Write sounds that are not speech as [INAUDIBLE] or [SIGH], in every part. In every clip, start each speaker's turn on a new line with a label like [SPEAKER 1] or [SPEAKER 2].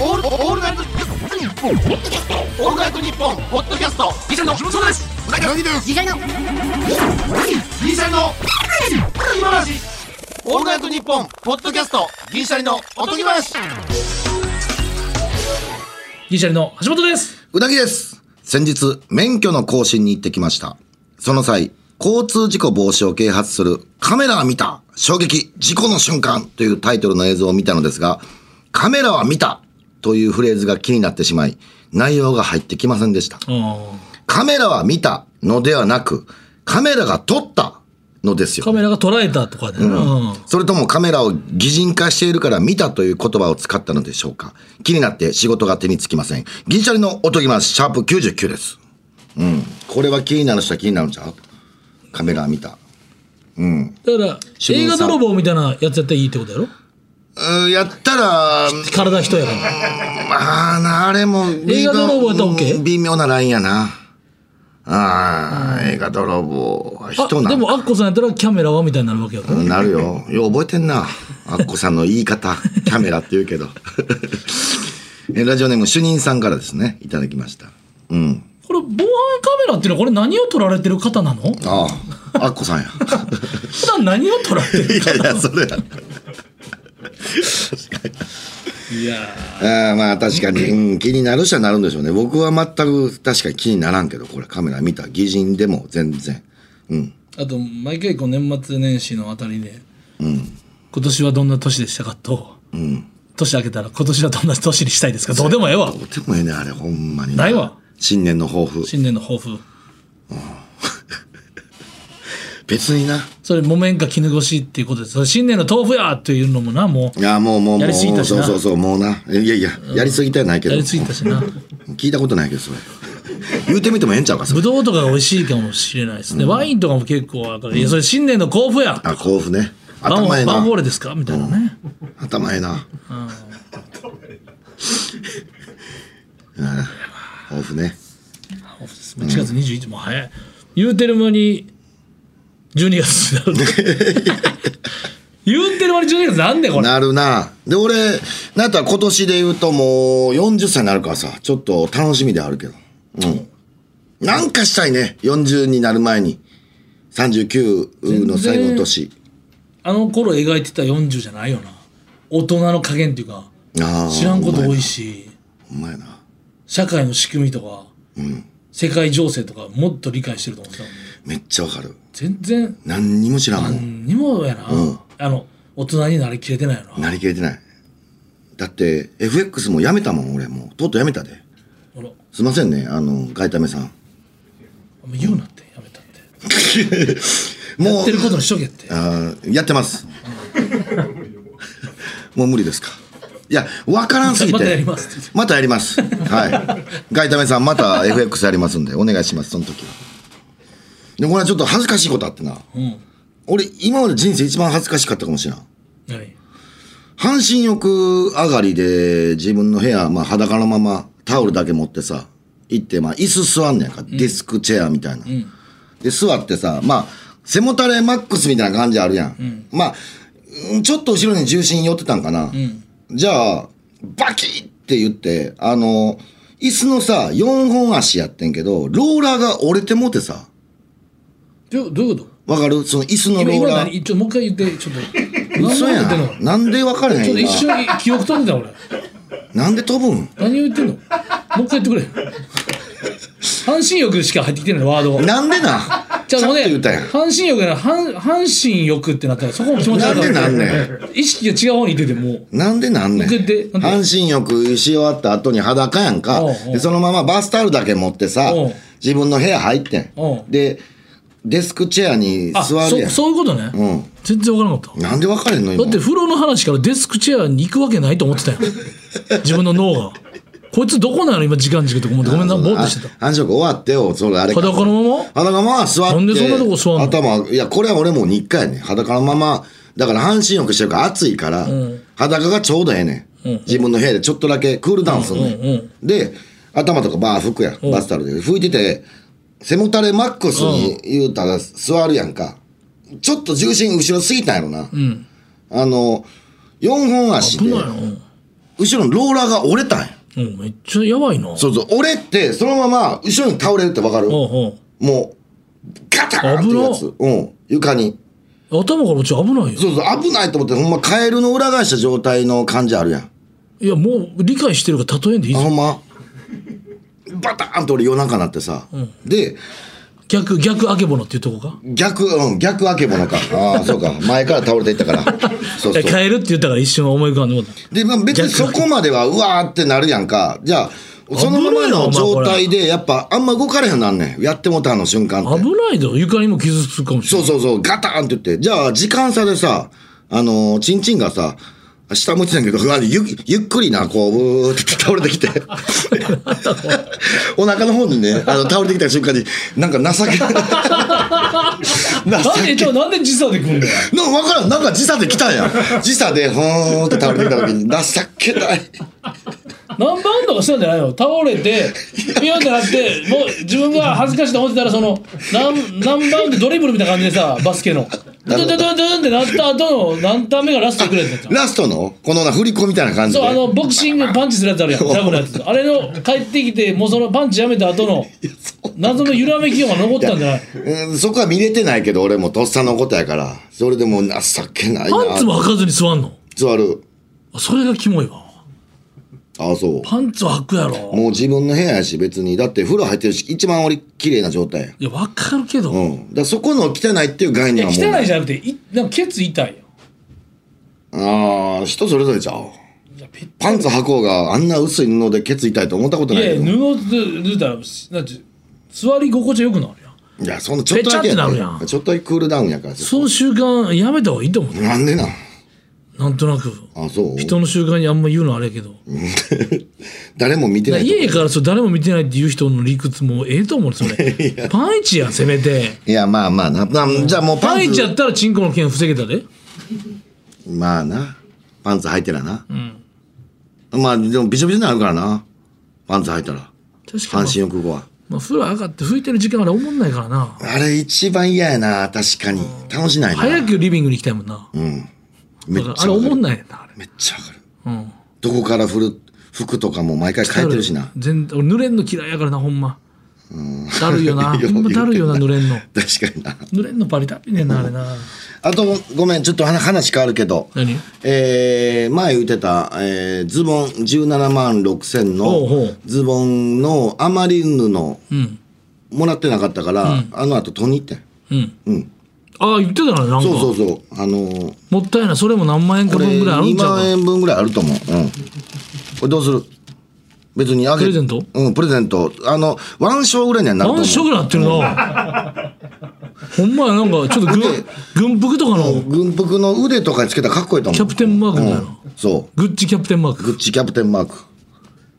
[SPEAKER 1] オールオールナイトニッポンオールナイトニッポンポッドキャストギシャリの木本そうですうなぎの
[SPEAKER 2] 次回の
[SPEAKER 1] ギシャリの今話オールナイトニッポンポッドキャストギシャリのおとぎ話
[SPEAKER 3] ギリシャリの橋本です。
[SPEAKER 4] うなぎです。先日、免許の更新に行ってきました。その際、交通事故防止を啓発するカメラは見た衝撃事故の瞬間というタイトルの映像を見たのですが、カメラは見たというフレーズが気になってしまい、内容が入ってきませんでした。カメラは見たのではなく、カメラが撮ったのですよ
[SPEAKER 3] カ。メラが捉えたとかで、ねうん
[SPEAKER 4] それともカメラを擬人化しているから見たという言葉を使ったのでしょうか気になって仕事が手につきません。銀シャリのおとぎます。シャープ99です。うん。これは気になる人は気になるんちゃうカメラ見た。
[SPEAKER 3] だから
[SPEAKER 4] 主
[SPEAKER 3] 映
[SPEAKER 4] 任
[SPEAKER 3] 画
[SPEAKER 4] さん
[SPEAKER 3] 泥棒みたいなやつやったらいいってことやろ
[SPEAKER 4] うん、やったら、
[SPEAKER 3] 体人やから
[SPEAKER 4] まあな、あれも、
[SPEAKER 3] 映画泥棒やったら
[SPEAKER 4] うん
[SPEAKER 3] OK？
[SPEAKER 4] 微妙なラインやな。ああ、映画泥棒は
[SPEAKER 3] あ
[SPEAKER 4] 人な
[SPEAKER 3] で
[SPEAKER 4] ん
[SPEAKER 3] もアッコさんやったらキャメラはみたいになるわけやから、
[SPEAKER 4] うんなるよ。よう覚えてんな。アッコさんの言い方、キャメラって言うけど。えラジオネーム主任さんからですね、いただきました。うん。
[SPEAKER 3] これ防犯カメラっていうのはこれ何を撮られてる方なの普
[SPEAKER 4] ああ、アッコさんや。
[SPEAKER 3] 段何を撮られてる
[SPEAKER 4] いやいや、それや。
[SPEAKER 3] いや
[SPEAKER 4] ああまあ確かに、うん、気になる人はなるんでしょうね。僕は全く確かに気にならんけど、これカメラ見た擬人でも全然。うん。
[SPEAKER 3] あと毎回こう年末年始のあたりで、今年はどんな年でしたかと、年明けたら今年はどんな年にしたいですかどうでもええわ
[SPEAKER 4] とてもええね、あれ、ほんまに。
[SPEAKER 3] ないわ。
[SPEAKER 4] 新年の抱負。
[SPEAKER 3] 新年の抱負
[SPEAKER 4] 別にな。
[SPEAKER 3] それ木綿か絹ごしっていうことですそれ新年の豆腐やっていうのもなも
[SPEAKER 4] いや、もうもうもう。
[SPEAKER 3] やりすぎたしな
[SPEAKER 4] そうそうそう、もうな。いやいや、やりすぎてはないけ
[SPEAKER 3] う
[SPEAKER 4] ど。
[SPEAKER 3] やりすぎたしな
[SPEAKER 4] 聞いたことないけどそれ言うてみてもええんちゃうか
[SPEAKER 3] [LAUGHS]
[SPEAKER 4] そ
[SPEAKER 3] ぶ
[SPEAKER 4] れ
[SPEAKER 3] どうとかが美味しいかもしれないですね。ワインとかも結構あるから、いや、それ新年の甲府や。
[SPEAKER 4] あ甲府ね
[SPEAKER 3] バン
[SPEAKER 4] 頭ええ
[SPEAKER 3] バンホー
[SPEAKER 4] な
[SPEAKER 3] レですかみたいなね。
[SPEAKER 4] 頭ええなうん甲府ね
[SPEAKER 3] 1月21日も早い。言うてる間に、12月になる。
[SPEAKER 4] [LAUGHS]
[SPEAKER 3] 言うてる間に12月なんでこれ。
[SPEAKER 4] なるなで俺なんやったら今年で言うともう40歳になるからさちょっと楽しみではあるけどうんなんかしたいね40になる前に39の最後の年
[SPEAKER 3] あの頃描いてた40じゃないよな。大人の加減っていうか、
[SPEAKER 4] あー
[SPEAKER 3] 知らんこと多いし、
[SPEAKER 4] ほんまやな
[SPEAKER 3] 社会の仕組みとか、世界情勢とかもっと理解してると思ってたもんね。
[SPEAKER 4] めっちゃわかる
[SPEAKER 3] 全然、
[SPEAKER 4] 何にも知らんもん
[SPEAKER 3] にもやな。あの、大人になりきれてないよな。
[SPEAKER 4] なりきれてない。だって、FX もやめたもん、俺もう。とうとうやめたで。
[SPEAKER 3] あら
[SPEAKER 4] すいませんね、あの、ガイタメさん。
[SPEAKER 3] あんま言うなってやめたってや
[SPEAKER 4] も
[SPEAKER 3] っ
[SPEAKER 4] う
[SPEAKER 3] て、ることにしとけって
[SPEAKER 4] あーやってます。もう無理ですか。いや、わからんすぎて。
[SPEAKER 3] またやりますって
[SPEAKER 4] またやります。はい。ガイタメさん、また FX やりますんで、お願いします、その時は。でもこれはちょっと恥ずかしいことあってな。
[SPEAKER 3] うん
[SPEAKER 4] 俺、今まで人生一番恥ずかしかったかもしれん。
[SPEAKER 3] 何
[SPEAKER 4] 半身浴上がりで自分の部屋、まあ、裸のままタオルだけ持ってさ行ってまあ椅子座んねやんか、ディスクチェアみたいな、で座ってさまあ背もたれマックスみたいな感じあるやん、まあうんちょっと後ろに重心寄ってたんかな、じゃあバキッって言ってあの椅子のさ4本足やってんけどローラーが折れてもうてさ
[SPEAKER 3] どうどういうこ
[SPEAKER 4] わかるその椅子
[SPEAKER 3] と
[SPEAKER 4] の
[SPEAKER 3] 今
[SPEAKER 4] ロー
[SPEAKER 3] 今
[SPEAKER 4] ラ
[SPEAKER 3] 何
[SPEAKER 4] ー
[SPEAKER 3] 一応もう一回言ってちょっと何
[SPEAKER 4] 嘘や
[SPEAKER 3] 言ってんの
[SPEAKER 4] んなんで分かれへん
[SPEAKER 3] ちょっと一
[SPEAKER 4] 今
[SPEAKER 3] 瞬記憶飛んでた俺
[SPEAKER 4] なんで飛ぶん
[SPEAKER 3] 何を言ってんのもう一回言ってくれ半身浴しか入ってきてないワード
[SPEAKER 4] なんでな
[SPEAKER 3] じゃあ
[SPEAKER 4] ちゃ
[SPEAKER 3] もう
[SPEAKER 4] んと
[SPEAKER 3] ね
[SPEAKER 4] 言ったやん。
[SPEAKER 3] 半身浴な半半身浴ってなったらそこも気持ち悪い
[SPEAKER 4] なんでなん
[SPEAKER 3] 意識が違う方にいっててもう
[SPEAKER 4] なんでなんねん
[SPEAKER 3] 受けてなんで
[SPEAKER 4] 半身浴し終わった後に裸やんか
[SPEAKER 3] おうおう
[SPEAKER 4] でそのままバスタオルだけ持ってさ
[SPEAKER 3] おう
[SPEAKER 4] 自分の部屋入って
[SPEAKER 3] おうん
[SPEAKER 4] でデスクチェアに
[SPEAKER 3] あ
[SPEAKER 4] 座るや
[SPEAKER 3] そそうい
[SPEAKER 4] ん
[SPEAKER 3] うことね、
[SPEAKER 4] うん
[SPEAKER 3] 全然わからなかった
[SPEAKER 4] なんで分かれんの
[SPEAKER 3] だって
[SPEAKER 4] 今
[SPEAKER 3] 風呂の話からデスクチェアに行くわけないと思ってた
[SPEAKER 4] [LAUGHS]
[SPEAKER 3] よ自分の脳がこいつどこなの今時間軸とか思ってごめんなぼーっとしてた
[SPEAKER 4] あ半身浴終わってよそれあれか
[SPEAKER 3] 裸のまま
[SPEAKER 4] 裸のまま座って
[SPEAKER 3] なんでそんなとこ座んの
[SPEAKER 4] 頭いやこれは俺もう日課やね裸のままだから半身浴してるから暑いから、裸がちょうどええねん、自分の部屋でちょっとだけクールダウンするねん、
[SPEAKER 3] うんうん
[SPEAKER 4] で頭とかバー拭くやん、バスタオルで拭いてて背もたれマックスに言うたら座るやんか、ちょっと重心後ろすぎたんやろな、あの4本足
[SPEAKER 3] 危
[SPEAKER 4] で
[SPEAKER 3] ないようん
[SPEAKER 4] 後ろのローラーが折れたんや。
[SPEAKER 3] うん、めっちゃやばいな。
[SPEAKER 4] そうそう、折れて、そのまま後ろに倒れるってわかる
[SPEAKER 3] おう
[SPEAKER 4] もう、ガターンっていうやつ。うん、床に。
[SPEAKER 3] おう頭から落ちる危ないよ。
[SPEAKER 4] そうそう、危ないと思って、ほんまカエルの裏返した状態の感じあるやん。
[SPEAKER 3] いや、もう理解してるから例えんでいい
[SPEAKER 4] あ、
[SPEAKER 3] ぞ。
[SPEAKER 4] ほんまバターンと俺夜中なってさ。で、
[SPEAKER 3] 逆、逆あけぼのっていうとこか。
[SPEAKER 4] 逆、うん、逆あけぼのか。ああ、そうか。前から倒れていったから。
[SPEAKER 3] [LAUGHS]
[SPEAKER 4] そうそう。
[SPEAKER 3] 変えるって言ったから一瞬思い浮かんでもうた
[SPEAKER 4] で、まあ、別にそこまではうわーってなるやんか。じゃあ、そのままの状態で、やっぱあんま動かれへんなんねん。やってもたの瞬間って
[SPEAKER 3] 危。ないぞ。床にも傷つくかもし
[SPEAKER 4] そ
[SPEAKER 3] れ
[SPEAKER 4] う
[SPEAKER 3] ない。
[SPEAKER 4] そうそう、ガタンって言って。じゃあ、時間差でさ、あのー、チンチンがさ、下向いてたんやけど、うわゆゆっくりな、こう、ブーって倒れて
[SPEAKER 3] [LAUGHS]
[SPEAKER 4] きて。お腹の方にね、あの、倒れてきた瞬間に、なんか情け
[SPEAKER 3] [LAUGHS]
[SPEAKER 4] ない。
[SPEAKER 3] なんで、ちょ、なんで時差で来んだよ。
[SPEAKER 4] なんか分からん。なんか時差で来たんや。時差で、ほーんって倒れてきた時に、情けない。
[SPEAKER 3] 何バウンドかしたんじゃないの倒れて、ピヨンってなって、もう自分が恥ずかしいと思ってたら、その、何、何バウンドドリブルみたいな感じでさ、バスケの。ドゥンドゥンドゥンドゥンってなった後の何ターン目がラストくれってやつやん
[SPEAKER 4] ラストの、このな、振り子みたいな感じ
[SPEAKER 3] そう、
[SPEAKER 4] で
[SPEAKER 3] あ。の、ボクシングパンチするやつあるやん。ジャブのやつ。あれの、帰ってきて、もうそのパンチやめた後の、謎の揺らめきが残ったんじゃない
[SPEAKER 4] うん、そこは見れてないけど、俺もとっさのことやから。それでもう情けないな。
[SPEAKER 3] パンツも履かずに座んの
[SPEAKER 4] 座る。
[SPEAKER 3] あそれがキモいわ。
[SPEAKER 4] ああ、そう。
[SPEAKER 3] パンツは履くやろ。
[SPEAKER 4] もう自分の部屋やし別にだって風呂入ってるし一番俺綺麗な状態や
[SPEAKER 3] いや、わかるけど。
[SPEAKER 4] う
[SPEAKER 3] い
[SPEAKER 4] んだからそこの汚いっていう概念
[SPEAKER 3] や、
[SPEAKER 4] は
[SPEAKER 3] 汚
[SPEAKER 4] もう
[SPEAKER 3] いじゃなくて、いなんかケツ痛いよ。
[SPEAKER 4] ああ人それぞれちゃう
[SPEAKER 3] いやぺっ
[SPEAKER 4] パンツ履こうがあんな薄い布でケツ痛いと思ったこと
[SPEAKER 3] い
[SPEAKER 4] ない
[SPEAKER 3] や
[SPEAKER 4] けど
[SPEAKER 3] いや、布で縫ったら、なんて、座り心地よくなるやん。
[SPEAKER 4] いやそんなちょっとだけ
[SPEAKER 3] ぺちゃ
[SPEAKER 4] や,、
[SPEAKER 3] ってなるやん
[SPEAKER 4] ちょっとだけクールダウンやから
[SPEAKER 3] その習慣やめた方がいいと思う。
[SPEAKER 4] なんでなん
[SPEAKER 3] なんとなく。
[SPEAKER 4] あそう
[SPEAKER 3] 人の習慣にあんま言うのあれやけど。
[SPEAKER 4] [LAUGHS] 誰も見てないと
[SPEAKER 3] 家からそう誰も見てないっていう人の理屈もええと思うそれ。パンイチやん、せめて。
[SPEAKER 4] いやまあまあななじゃあもう
[SPEAKER 3] パ
[SPEAKER 4] パ
[SPEAKER 3] ンイ
[SPEAKER 4] ン
[SPEAKER 3] チ
[SPEAKER 4] ツ
[SPEAKER 3] やったらチンコの件防げたで。
[SPEAKER 4] まあなパンツ履いてらな、まあでもびしょびしょになるからなパンツ履いたら
[SPEAKER 3] 確か
[SPEAKER 4] 半
[SPEAKER 3] に。
[SPEAKER 4] 身浴後は
[SPEAKER 3] まあ、風呂上がって拭いてる時間あれ思んないからな。
[SPEAKER 4] あれ一番嫌やな確かに楽しないな
[SPEAKER 3] 早くリビングに行きたいもんな。
[SPEAKER 4] うん。
[SPEAKER 3] だ
[SPEAKER 4] めっ
[SPEAKER 3] から
[SPEAKER 4] ち
[SPEAKER 3] あれ
[SPEAKER 4] ゃわか
[SPEAKER 3] 思
[SPEAKER 4] る。
[SPEAKER 3] んないねんな、あれ。
[SPEAKER 4] めっちゃわかる。
[SPEAKER 3] うん。
[SPEAKER 4] どこから振る服とかも毎回変えてるしな。
[SPEAKER 3] 全俺濡れんの嫌いやからな、ほんま。だるいよな。
[SPEAKER 4] [LAUGHS] よ
[SPEAKER 3] ほんまだるいよな、
[SPEAKER 4] 言
[SPEAKER 3] 濡
[SPEAKER 4] うてんな
[SPEAKER 3] れんの。
[SPEAKER 4] 確かにな。
[SPEAKER 3] 濡れんのパリタピねんな、あれな。
[SPEAKER 4] あと、ごめん、ちょっと話話変わるけど。
[SPEAKER 3] 何
[SPEAKER 4] えー、前言ってた、えー、ズボン17万6千
[SPEAKER 3] ほうほ
[SPEAKER 4] の
[SPEAKER 3] う
[SPEAKER 4] ズボンの余り布も
[SPEAKER 3] うん。
[SPEAKER 4] らってなかったから、あの後、とにってん。
[SPEAKER 3] うん。
[SPEAKER 4] うん。
[SPEAKER 3] ああ、言ってたな、なんか。
[SPEAKER 4] そうそうそう。あのー、
[SPEAKER 3] もったいない。それも何万円か
[SPEAKER 4] これ、
[SPEAKER 3] 分ぐらいあるん
[SPEAKER 4] 2
[SPEAKER 3] ちゃうか
[SPEAKER 4] 万。円分ぐらいあると思う。うん。これどうする別にあげ
[SPEAKER 3] プレゼント
[SPEAKER 4] うん、プレゼント。あの、ワンショーぐらいにはなると思う。
[SPEAKER 3] 何色になって
[SPEAKER 4] [LAUGHS]
[SPEAKER 3] るな。ほんまや、なんか、ちょっと軍軍服とかの
[SPEAKER 4] 軍服の腕とかにつけたらかっこいいと思う。
[SPEAKER 3] キャプテンマークみたいな。
[SPEAKER 4] うんそ
[SPEAKER 3] グッチキャプテンマー
[SPEAKER 4] う。
[SPEAKER 3] ク。
[SPEAKER 4] グッチキャプテンマーク。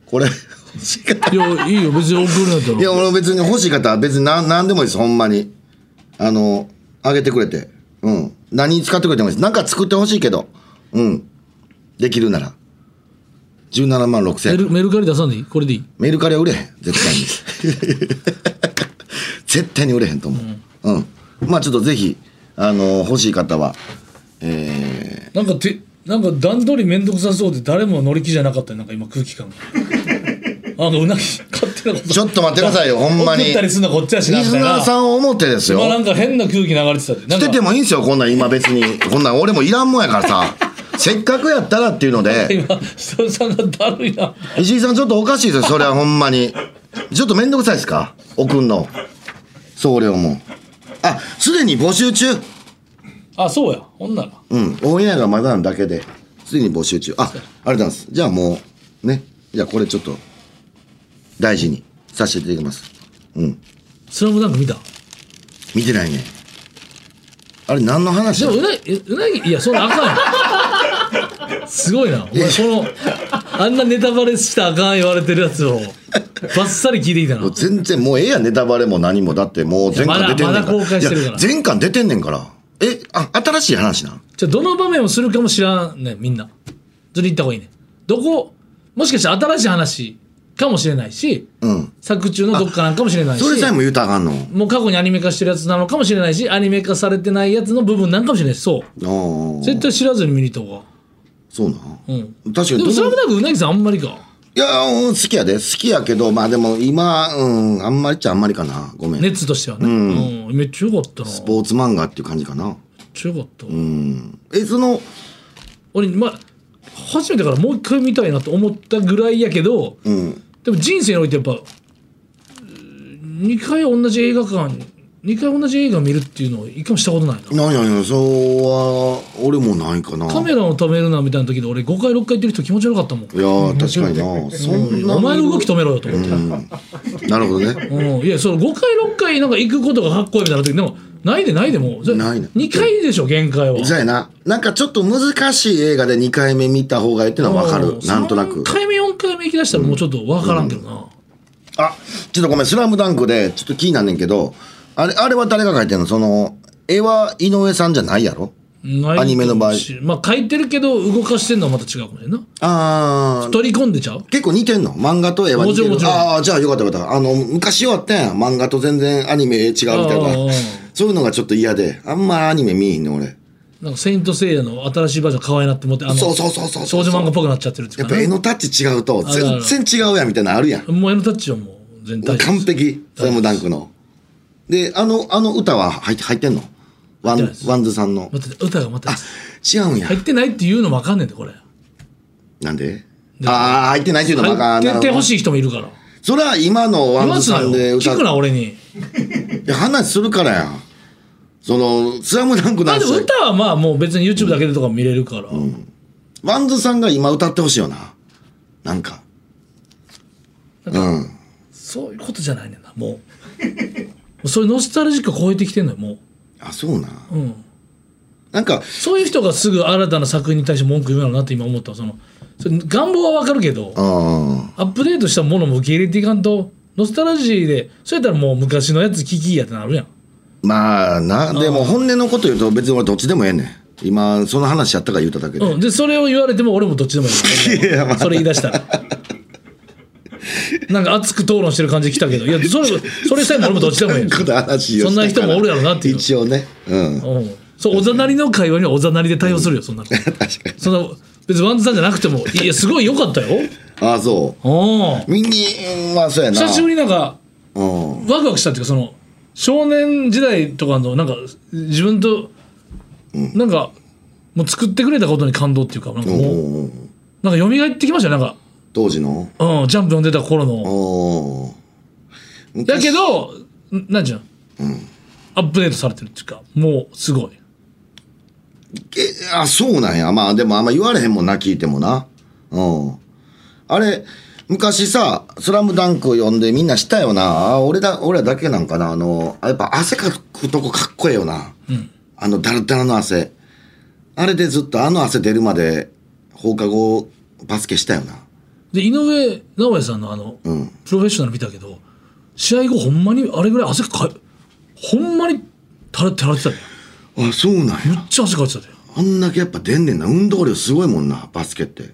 [SPEAKER 4] これ、欲しい方。
[SPEAKER 3] いや、いいよ、別に送るんやった
[SPEAKER 4] い
[SPEAKER 3] ら。
[SPEAKER 4] や、俺別に欲しい方は別に何何でもいいです、ほんまに。あの、あげてくれて。うん。何に使ってくれてもいいです。なんか作ってほしいけど。うん。できるなら。17万6千
[SPEAKER 3] メルメルカリ出さんでいいこれでいい
[SPEAKER 4] メルカリは売れへん絶対に
[SPEAKER 3] [LAUGHS]
[SPEAKER 4] 絶対に売れへんと思ううん、まあちょっとぜひあの欲しい方はえ
[SPEAKER 3] なんかてなんか段取り面倒くさそうで誰も乗り気じゃなかったよなんか今空気感
[SPEAKER 4] [LAUGHS]
[SPEAKER 3] がなんかうなぎ勝手なこと
[SPEAKER 4] ー、ちょっと待ってくださいよほんまに
[SPEAKER 3] 送ったりすんのこっちやしなみ
[SPEAKER 4] 水
[SPEAKER 3] たいな
[SPEAKER 4] 川さんを思ってですよ
[SPEAKER 3] まあなんか変な空気流れてたでなん
[SPEAKER 4] 捨
[SPEAKER 3] か
[SPEAKER 4] ててもいいんですよこんなん今別にこんなん俺もいらんもんやからさせっかくやったらっていうので
[SPEAKER 3] 今久々さんがだるいな
[SPEAKER 4] 石井さんちょっとおかしいですよそれはほんまにちょっと面倒くさいですか送んの送料もあすでに募集中
[SPEAKER 3] あそうやほんなら
[SPEAKER 4] うん、オンエアがまだなだけで、すでに募集中。あ、ありがとうございます。じゃあもう、ね。じゃあこれちょっと、大事にさせていただきます。うん。
[SPEAKER 3] スラムダンク見た
[SPEAKER 4] 見てないね。あれ何の話
[SPEAKER 3] で
[SPEAKER 4] だ
[SPEAKER 3] もうなぎえうなぎいやそんなあかんよすごいなお前このあんなネタバレしたらあかん言われてるやつをバッサリ聞いてきたな
[SPEAKER 4] もう全然、もうええやん、ネタバレも何も。だってもう全巻出てんね
[SPEAKER 3] いや
[SPEAKER 4] んから。
[SPEAKER 3] まだまだ公開してるから
[SPEAKER 4] いや全巻出てんねんから。え、あ、新しい話なん
[SPEAKER 3] じゃあどの場面をするかも知らんねみんなずり行った方がいいねどこもしかしたら新しい話かもしれないし、
[SPEAKER 4] うん。
[SPEAKER 3] 作中のどっかなんかもしれないし
[SPEAKER 4] それさえも言うたらあかんの。
[SPEAKER 3] もう過去にアニメ化してるやつなのかもしれないしアニメ化されてないやつの部分なんかもしれないしそう
[SPEAKER 4] おー
[SPEAKER 3] 絶対知らずに見に行った方が
[SPEAKER 4] そうなん、
[SPEAKER 3] うん
[SPEAKER 4] 確か
[SPEAKER 3] で
[SPEAKER 4] に
[SPEAKER 3] も
[SPEAKER 4] ど
[SPEAKER 3] スラ
[SPEAKER 4] の
[SPEAKER 3] ムダンクうなぎさんあんまりか
[SPEAKER 4] いやうん好きやで好きやけどまあでも今うんあんまりっちゃあんまりかなごめん、
[SPEAKER 3] 熱としてはね、うんめっちゃよかったな
[SPEAKER 4] スポーツ漫画っていう感じかな
[SPEAKER 3] めっちゃよかった、
[SPEAKER 4] うんえその
[SPEAKER 3] 俺まあ初めてからもう一回見たいなと思ったぐらいやけど
[SPEAKER 4] うん
[SPEAKER 3] でも人生においてやっぱ2回同じ映画館2回同じ映画見るっていうのを一回もしたことないな
[SPEAKER 4] なんやいやそうは俺もないかな
[SPEAKER 3] カメラを止めるなみたいな時で俺5回6回行ってる人気持ち悪かったもん
[SPEAKER 4] いやー確かになそんな
[SPEAKER 3] お前の動き止めろよと思って、
[SPEAKER 4] なるほどね
[SPEAKER 3] うん、いやその5回6回なんか行くことがかっこいいみたいな時でもないでないでもうそれ
[SPEAKER 4] ないね
[SPEAKER 3] 2回でしょ限界は
[SPEAKER 4] じゃあやななんかちょっと難しい映画で2回目見た方がいいってのは分か
[SPEAKER 3] う
[SPEAKER 4] るなんとな
[SPEAKER 3] 3
[SPEAKER 4] く
[SPEAKER 3] 回目4回目行きだしたらもうちょっと分からんけどな、
[SPEAKER 4] あちょっとごめん「スラムダンクでちょっと気になんねんけどあれあれは誰が描いてんのその絵は井上さんじゃないやろ
[SPEAKER 3] ない
[SPEAKER 4] アニメの場合
[SPEAKER 3] まあ書いてるけど動かしてんのはまた違うかもしれんな
[SPEAKER 4] ああ
[SPEAKER 3] 取り込んでちゃう
[SPEAKER 4] 結構似てんの漫画と絵は似てる
[SPEAKER 3] もちろんもちろん
[SPEAKER 4] ああじゃあよかったよかったあの昔はあったやん漫画と全然アニメ違うみたい
[SPEAKER 3] あー
[SPEAKER 4] なそういうのがちょっと嫌であんまアニメ見えへんねん俺
[SPEAKER 3] なんか「セイント・セイヤ」の新しいバージョン可愛いなって思ってあの
[SPEAKER 4] そうそうそうそう
[SPEAKER 3] 少女漫画っぽくなっちゃってるってい
[SPEAKER 4] や
[SPEAKER 3] う
[SPEAKER 4] っ
[SPEAKER 3] か
[SPEAKER 4] ぱ
[SPEAKER 3] ね
[SPEAKER 4] 絵のタッチ違うと
[SPEAKER 3] あるある
[SPEAKER 4] 全然違うやんみたいなのあるやん
[SPEAKER 3] もう絵のタッチはもう全体
[SPEAKER 4] 完璧スラムダンクのであのあの歌は入って入ってんのワ
[SPEAKER 3] 入ってな
[SPEAKER 4] ン
[SPEAKER 3] いです
[SPEAKER 4] ワンズさんの
[SPEAKER 3] 待って歌がまた
[SPEAKER 4] 違うんや
[SPEAKER 3] 入ってないっていうのも分かんねんでこれ
[SPEAKER 4] なんでああ入ってないっていうのもあかん
[SPEAKER 3] 入っててほ
[SPEAKER 4] い
[SPEAKER 3] しい人もいるから
[SPEAKER 4] それは今のワ
[SPEAKER 3] 言
[SPEAKER 4] ン
[SPEAKER 3] わ
[SPEAKER 4] ズ
[SPEAKER 3] す
[SPEAKER 4] さ
[SPEAKER 3] なんよ
[SPEAKER 4] で歌
[SPEAKER 3] 聞
[SPEAKER 4] う
[SPEAKER 3] くな俺に
[SPEAKER 4] いや話するからやんそのスラムダンクの
[SPEAKER 3] あでも
[SPEAKER 4] 話
[SPEAKER 3] 歌はまあもう別に YouTube だけでとか見れるから、
[SPEAKER 4] ワンズさんが今歌ってほしいよななんかうん
[SPEAKER 3] そういうことじゃないねんなもうもう [LAUGHS] そういうノスタルジックを超えてきてんのよも
[SPEAKER 4] あそうな
[SPEAKER 3] う、うん、
[SPEAKER 4] なんか
[SPEAKER 3] そういう人がすぐ新たな作品に対して文句言うのなって今思ったそのそれ願望は分かるけど
[SPEAKER 4] あ
[SPEAKER 3] アップデートしたものも受け入れていかんとノスタルジーでそうやったらもう昔のやつ聞きやってなるやん
[SPEAKER 4] ーまあなでも本音のこと言うと別に俺どっちでもええねん今その話やったから言うただけで
[SPEAKER 3] うん、でそれを言われても俺もどっちでもいい
[SPEAKER 4] いやまあ
[SPEAKER 3] それ言い出した
[SPEAKER 4] [LAUGHS]
[SPEAKER 3] らなんか熱く討論してる感じで来たけどいやそれそれさえも俺もどっちでもいい、
[SPEAKER 4] この話を
[SPEAKER 3] そんな
[SPEAKER 4] し
[SPEAKER 3] 人
[SPEAKER 4] たから
[SPEAKER 3] もおるやろなっていう
[SPEAKER 4] 一応ねうん
[SPEAKER 3] うん、そうおざなりの会話にはおざなりで対応するよそんなの
[SPEAKER 4] 確かに
[SPEAKER 3] そんな別にワンズさんじゃなくてもいやすごい良かった
[SPEAKER 4] [LAUGHS]
[SPEAKER 3] よ
[SPEAKER 4] ああそ
[SPEAKER 3] うん
[SPEAKER 4] う見にまあそうやな
[SPEAKER 3] 久しぶりになんか
[SPEAKER 4] うん
[SPEAKER 3] ワクワクしたっていうかその少年時代とかのなんか自分となんかもう作ってくれたことに感動っていうかなんか
[SPEAKER 4] お
[SPEAKER 3] もう
[SPEAKER 4] ー
[SPEAKER 3] なんか蘇ってきましたよなんか
[SPEAKER 4] 当時の
[SPEAKER 3] うん、ジャンプ読んでた頃の。
[SPEAKER 4] おー
[SPEAKER 3] だけど、んなんじゃん、アップデートされてるっていうか、もうすごい。
[SPEAKER 4] えあそうなんやまあでもあんま言われへんもんな聞いてもなうんあれ昔さ「スラムダンクを読んでみんなしたよなあ俺だ俺らだけなんかなあのあやっぱ汗かくとこかっこええよな、あのダラダラの汗あれでずっとあの汗出るまで放課後バスケしたよな
[SPEAKER 3] で、井上尚弥さんのあの、
[SPEAKER 4] ん
[SPEAKER 3] プロフェッショナル見たけど、試合後ほんまにあれぐらい汗かい、ほんまに垂れてられてたで。
[SPEAKER 4] あそうなんや
[SPEAKER 3] めっちゃ汗かいてたで。
[SPEAKER 4] あんだけやっぱ出んねんな運動量すごいもんなバスケって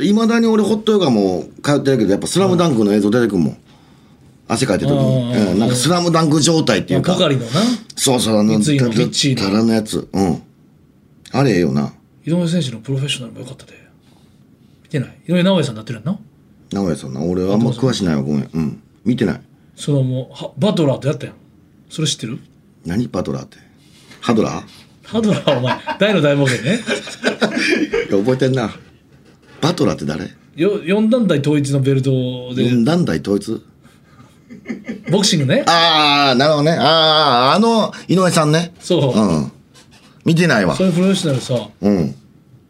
[SPEAKER 4] いまだに俺ホットヨガも通ってるけどやっぱ「スラムダンクの映像出てくんもん汗かいてる時に、
[SPEAKER 3] うん
[SPEAKER 4] うん、なんか「スラムダンク状態っていう
[SPEAKER 3] ポ
[SPEAKER 4] か
[SPEAKER 3] カリのな、
[SPEAKER 4] そうそうあの
[SPEAKER 3] 三井の
[SPEAKER 4] た
[SPEAKER 3] ピッチーの
[SPEAKER 4] たらのやつうんあれええよな
[SPEAKER 3] 井上選手のプロフェッショナルも良かったで。見てない井上尚弥さんになってるやんな。
[SPEAKER 4] 名古屋さんな俺あんま詳しないわごめんうん見てない
[SPEAKER 3] そのもうは、バトラーとやったやん。それ知ってる
[SPEAKER 4] 何バトラーってハドラー
[SPEAKER 3] バトラーはお前、大の大冒険ね。
[SPEAKER 4] いや覚えてんなバトラーって誰
[SPEAKER 3] よ4団体統一のベルトで
[SPEAKER 4] 四団体統一
[SPEAKER 3] ボクシングね。
[SPEAKER 4] ああなるほどねあああの井上さんね
[SPEAKER 3] そう。
[SPEAKER 4] うん見てないわ
[SPEAKER 3] そういうプロフェッショナルさ、
[SPEAKER 4] うん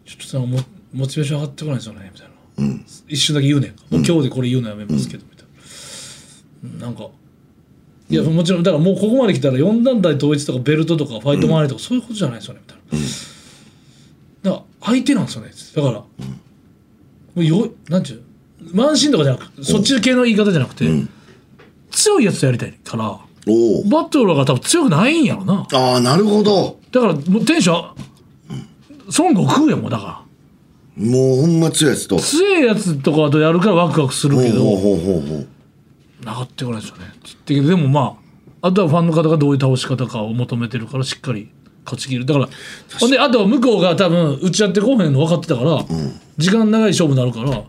[SPEAKER 3] ちょっとさ、モモチベーション上がってこないですよね、みたいな。一瞬だけ言うねんか。もう今日でこれ言うのやめますけど、みたいなうん。なんか、いや、もちろん、だからもうここまで来たら4団体統一とかベルトとかファイト周りとか、そういうことじゃないですよね、みたいな。だから相手なんですよね、だから、もうよ、なんていう満身とかじゃなくそっち系の言い方じゃなくて、強いやつとやりたいから、
[SPEAKER 4] おお
[SPEAKER 3] バトルが多分強くないんやろな。
[SPEAKER 4] ああなるほど
[SPEAKER 3] だからもうテンション、孫悟空やもんだから
[SPEAKER 4] もうほんま強いやつとほ
[SPEAKER 3] 強いやつとかとやるからワクワクするけ
[SPEAKER 4] うほう
[SPEAKER 3] ど
[SPEAKER 4] ほうほうほう
[SPEAKER 3] なかってこないですよねって言ってけどでもまああとはファンの方がどういう倒し方かを求めてるからしっかり勝ち切るだからほんであと向こうが多分打ち合ってこうへんの分かってたから、時間長い勝負になるから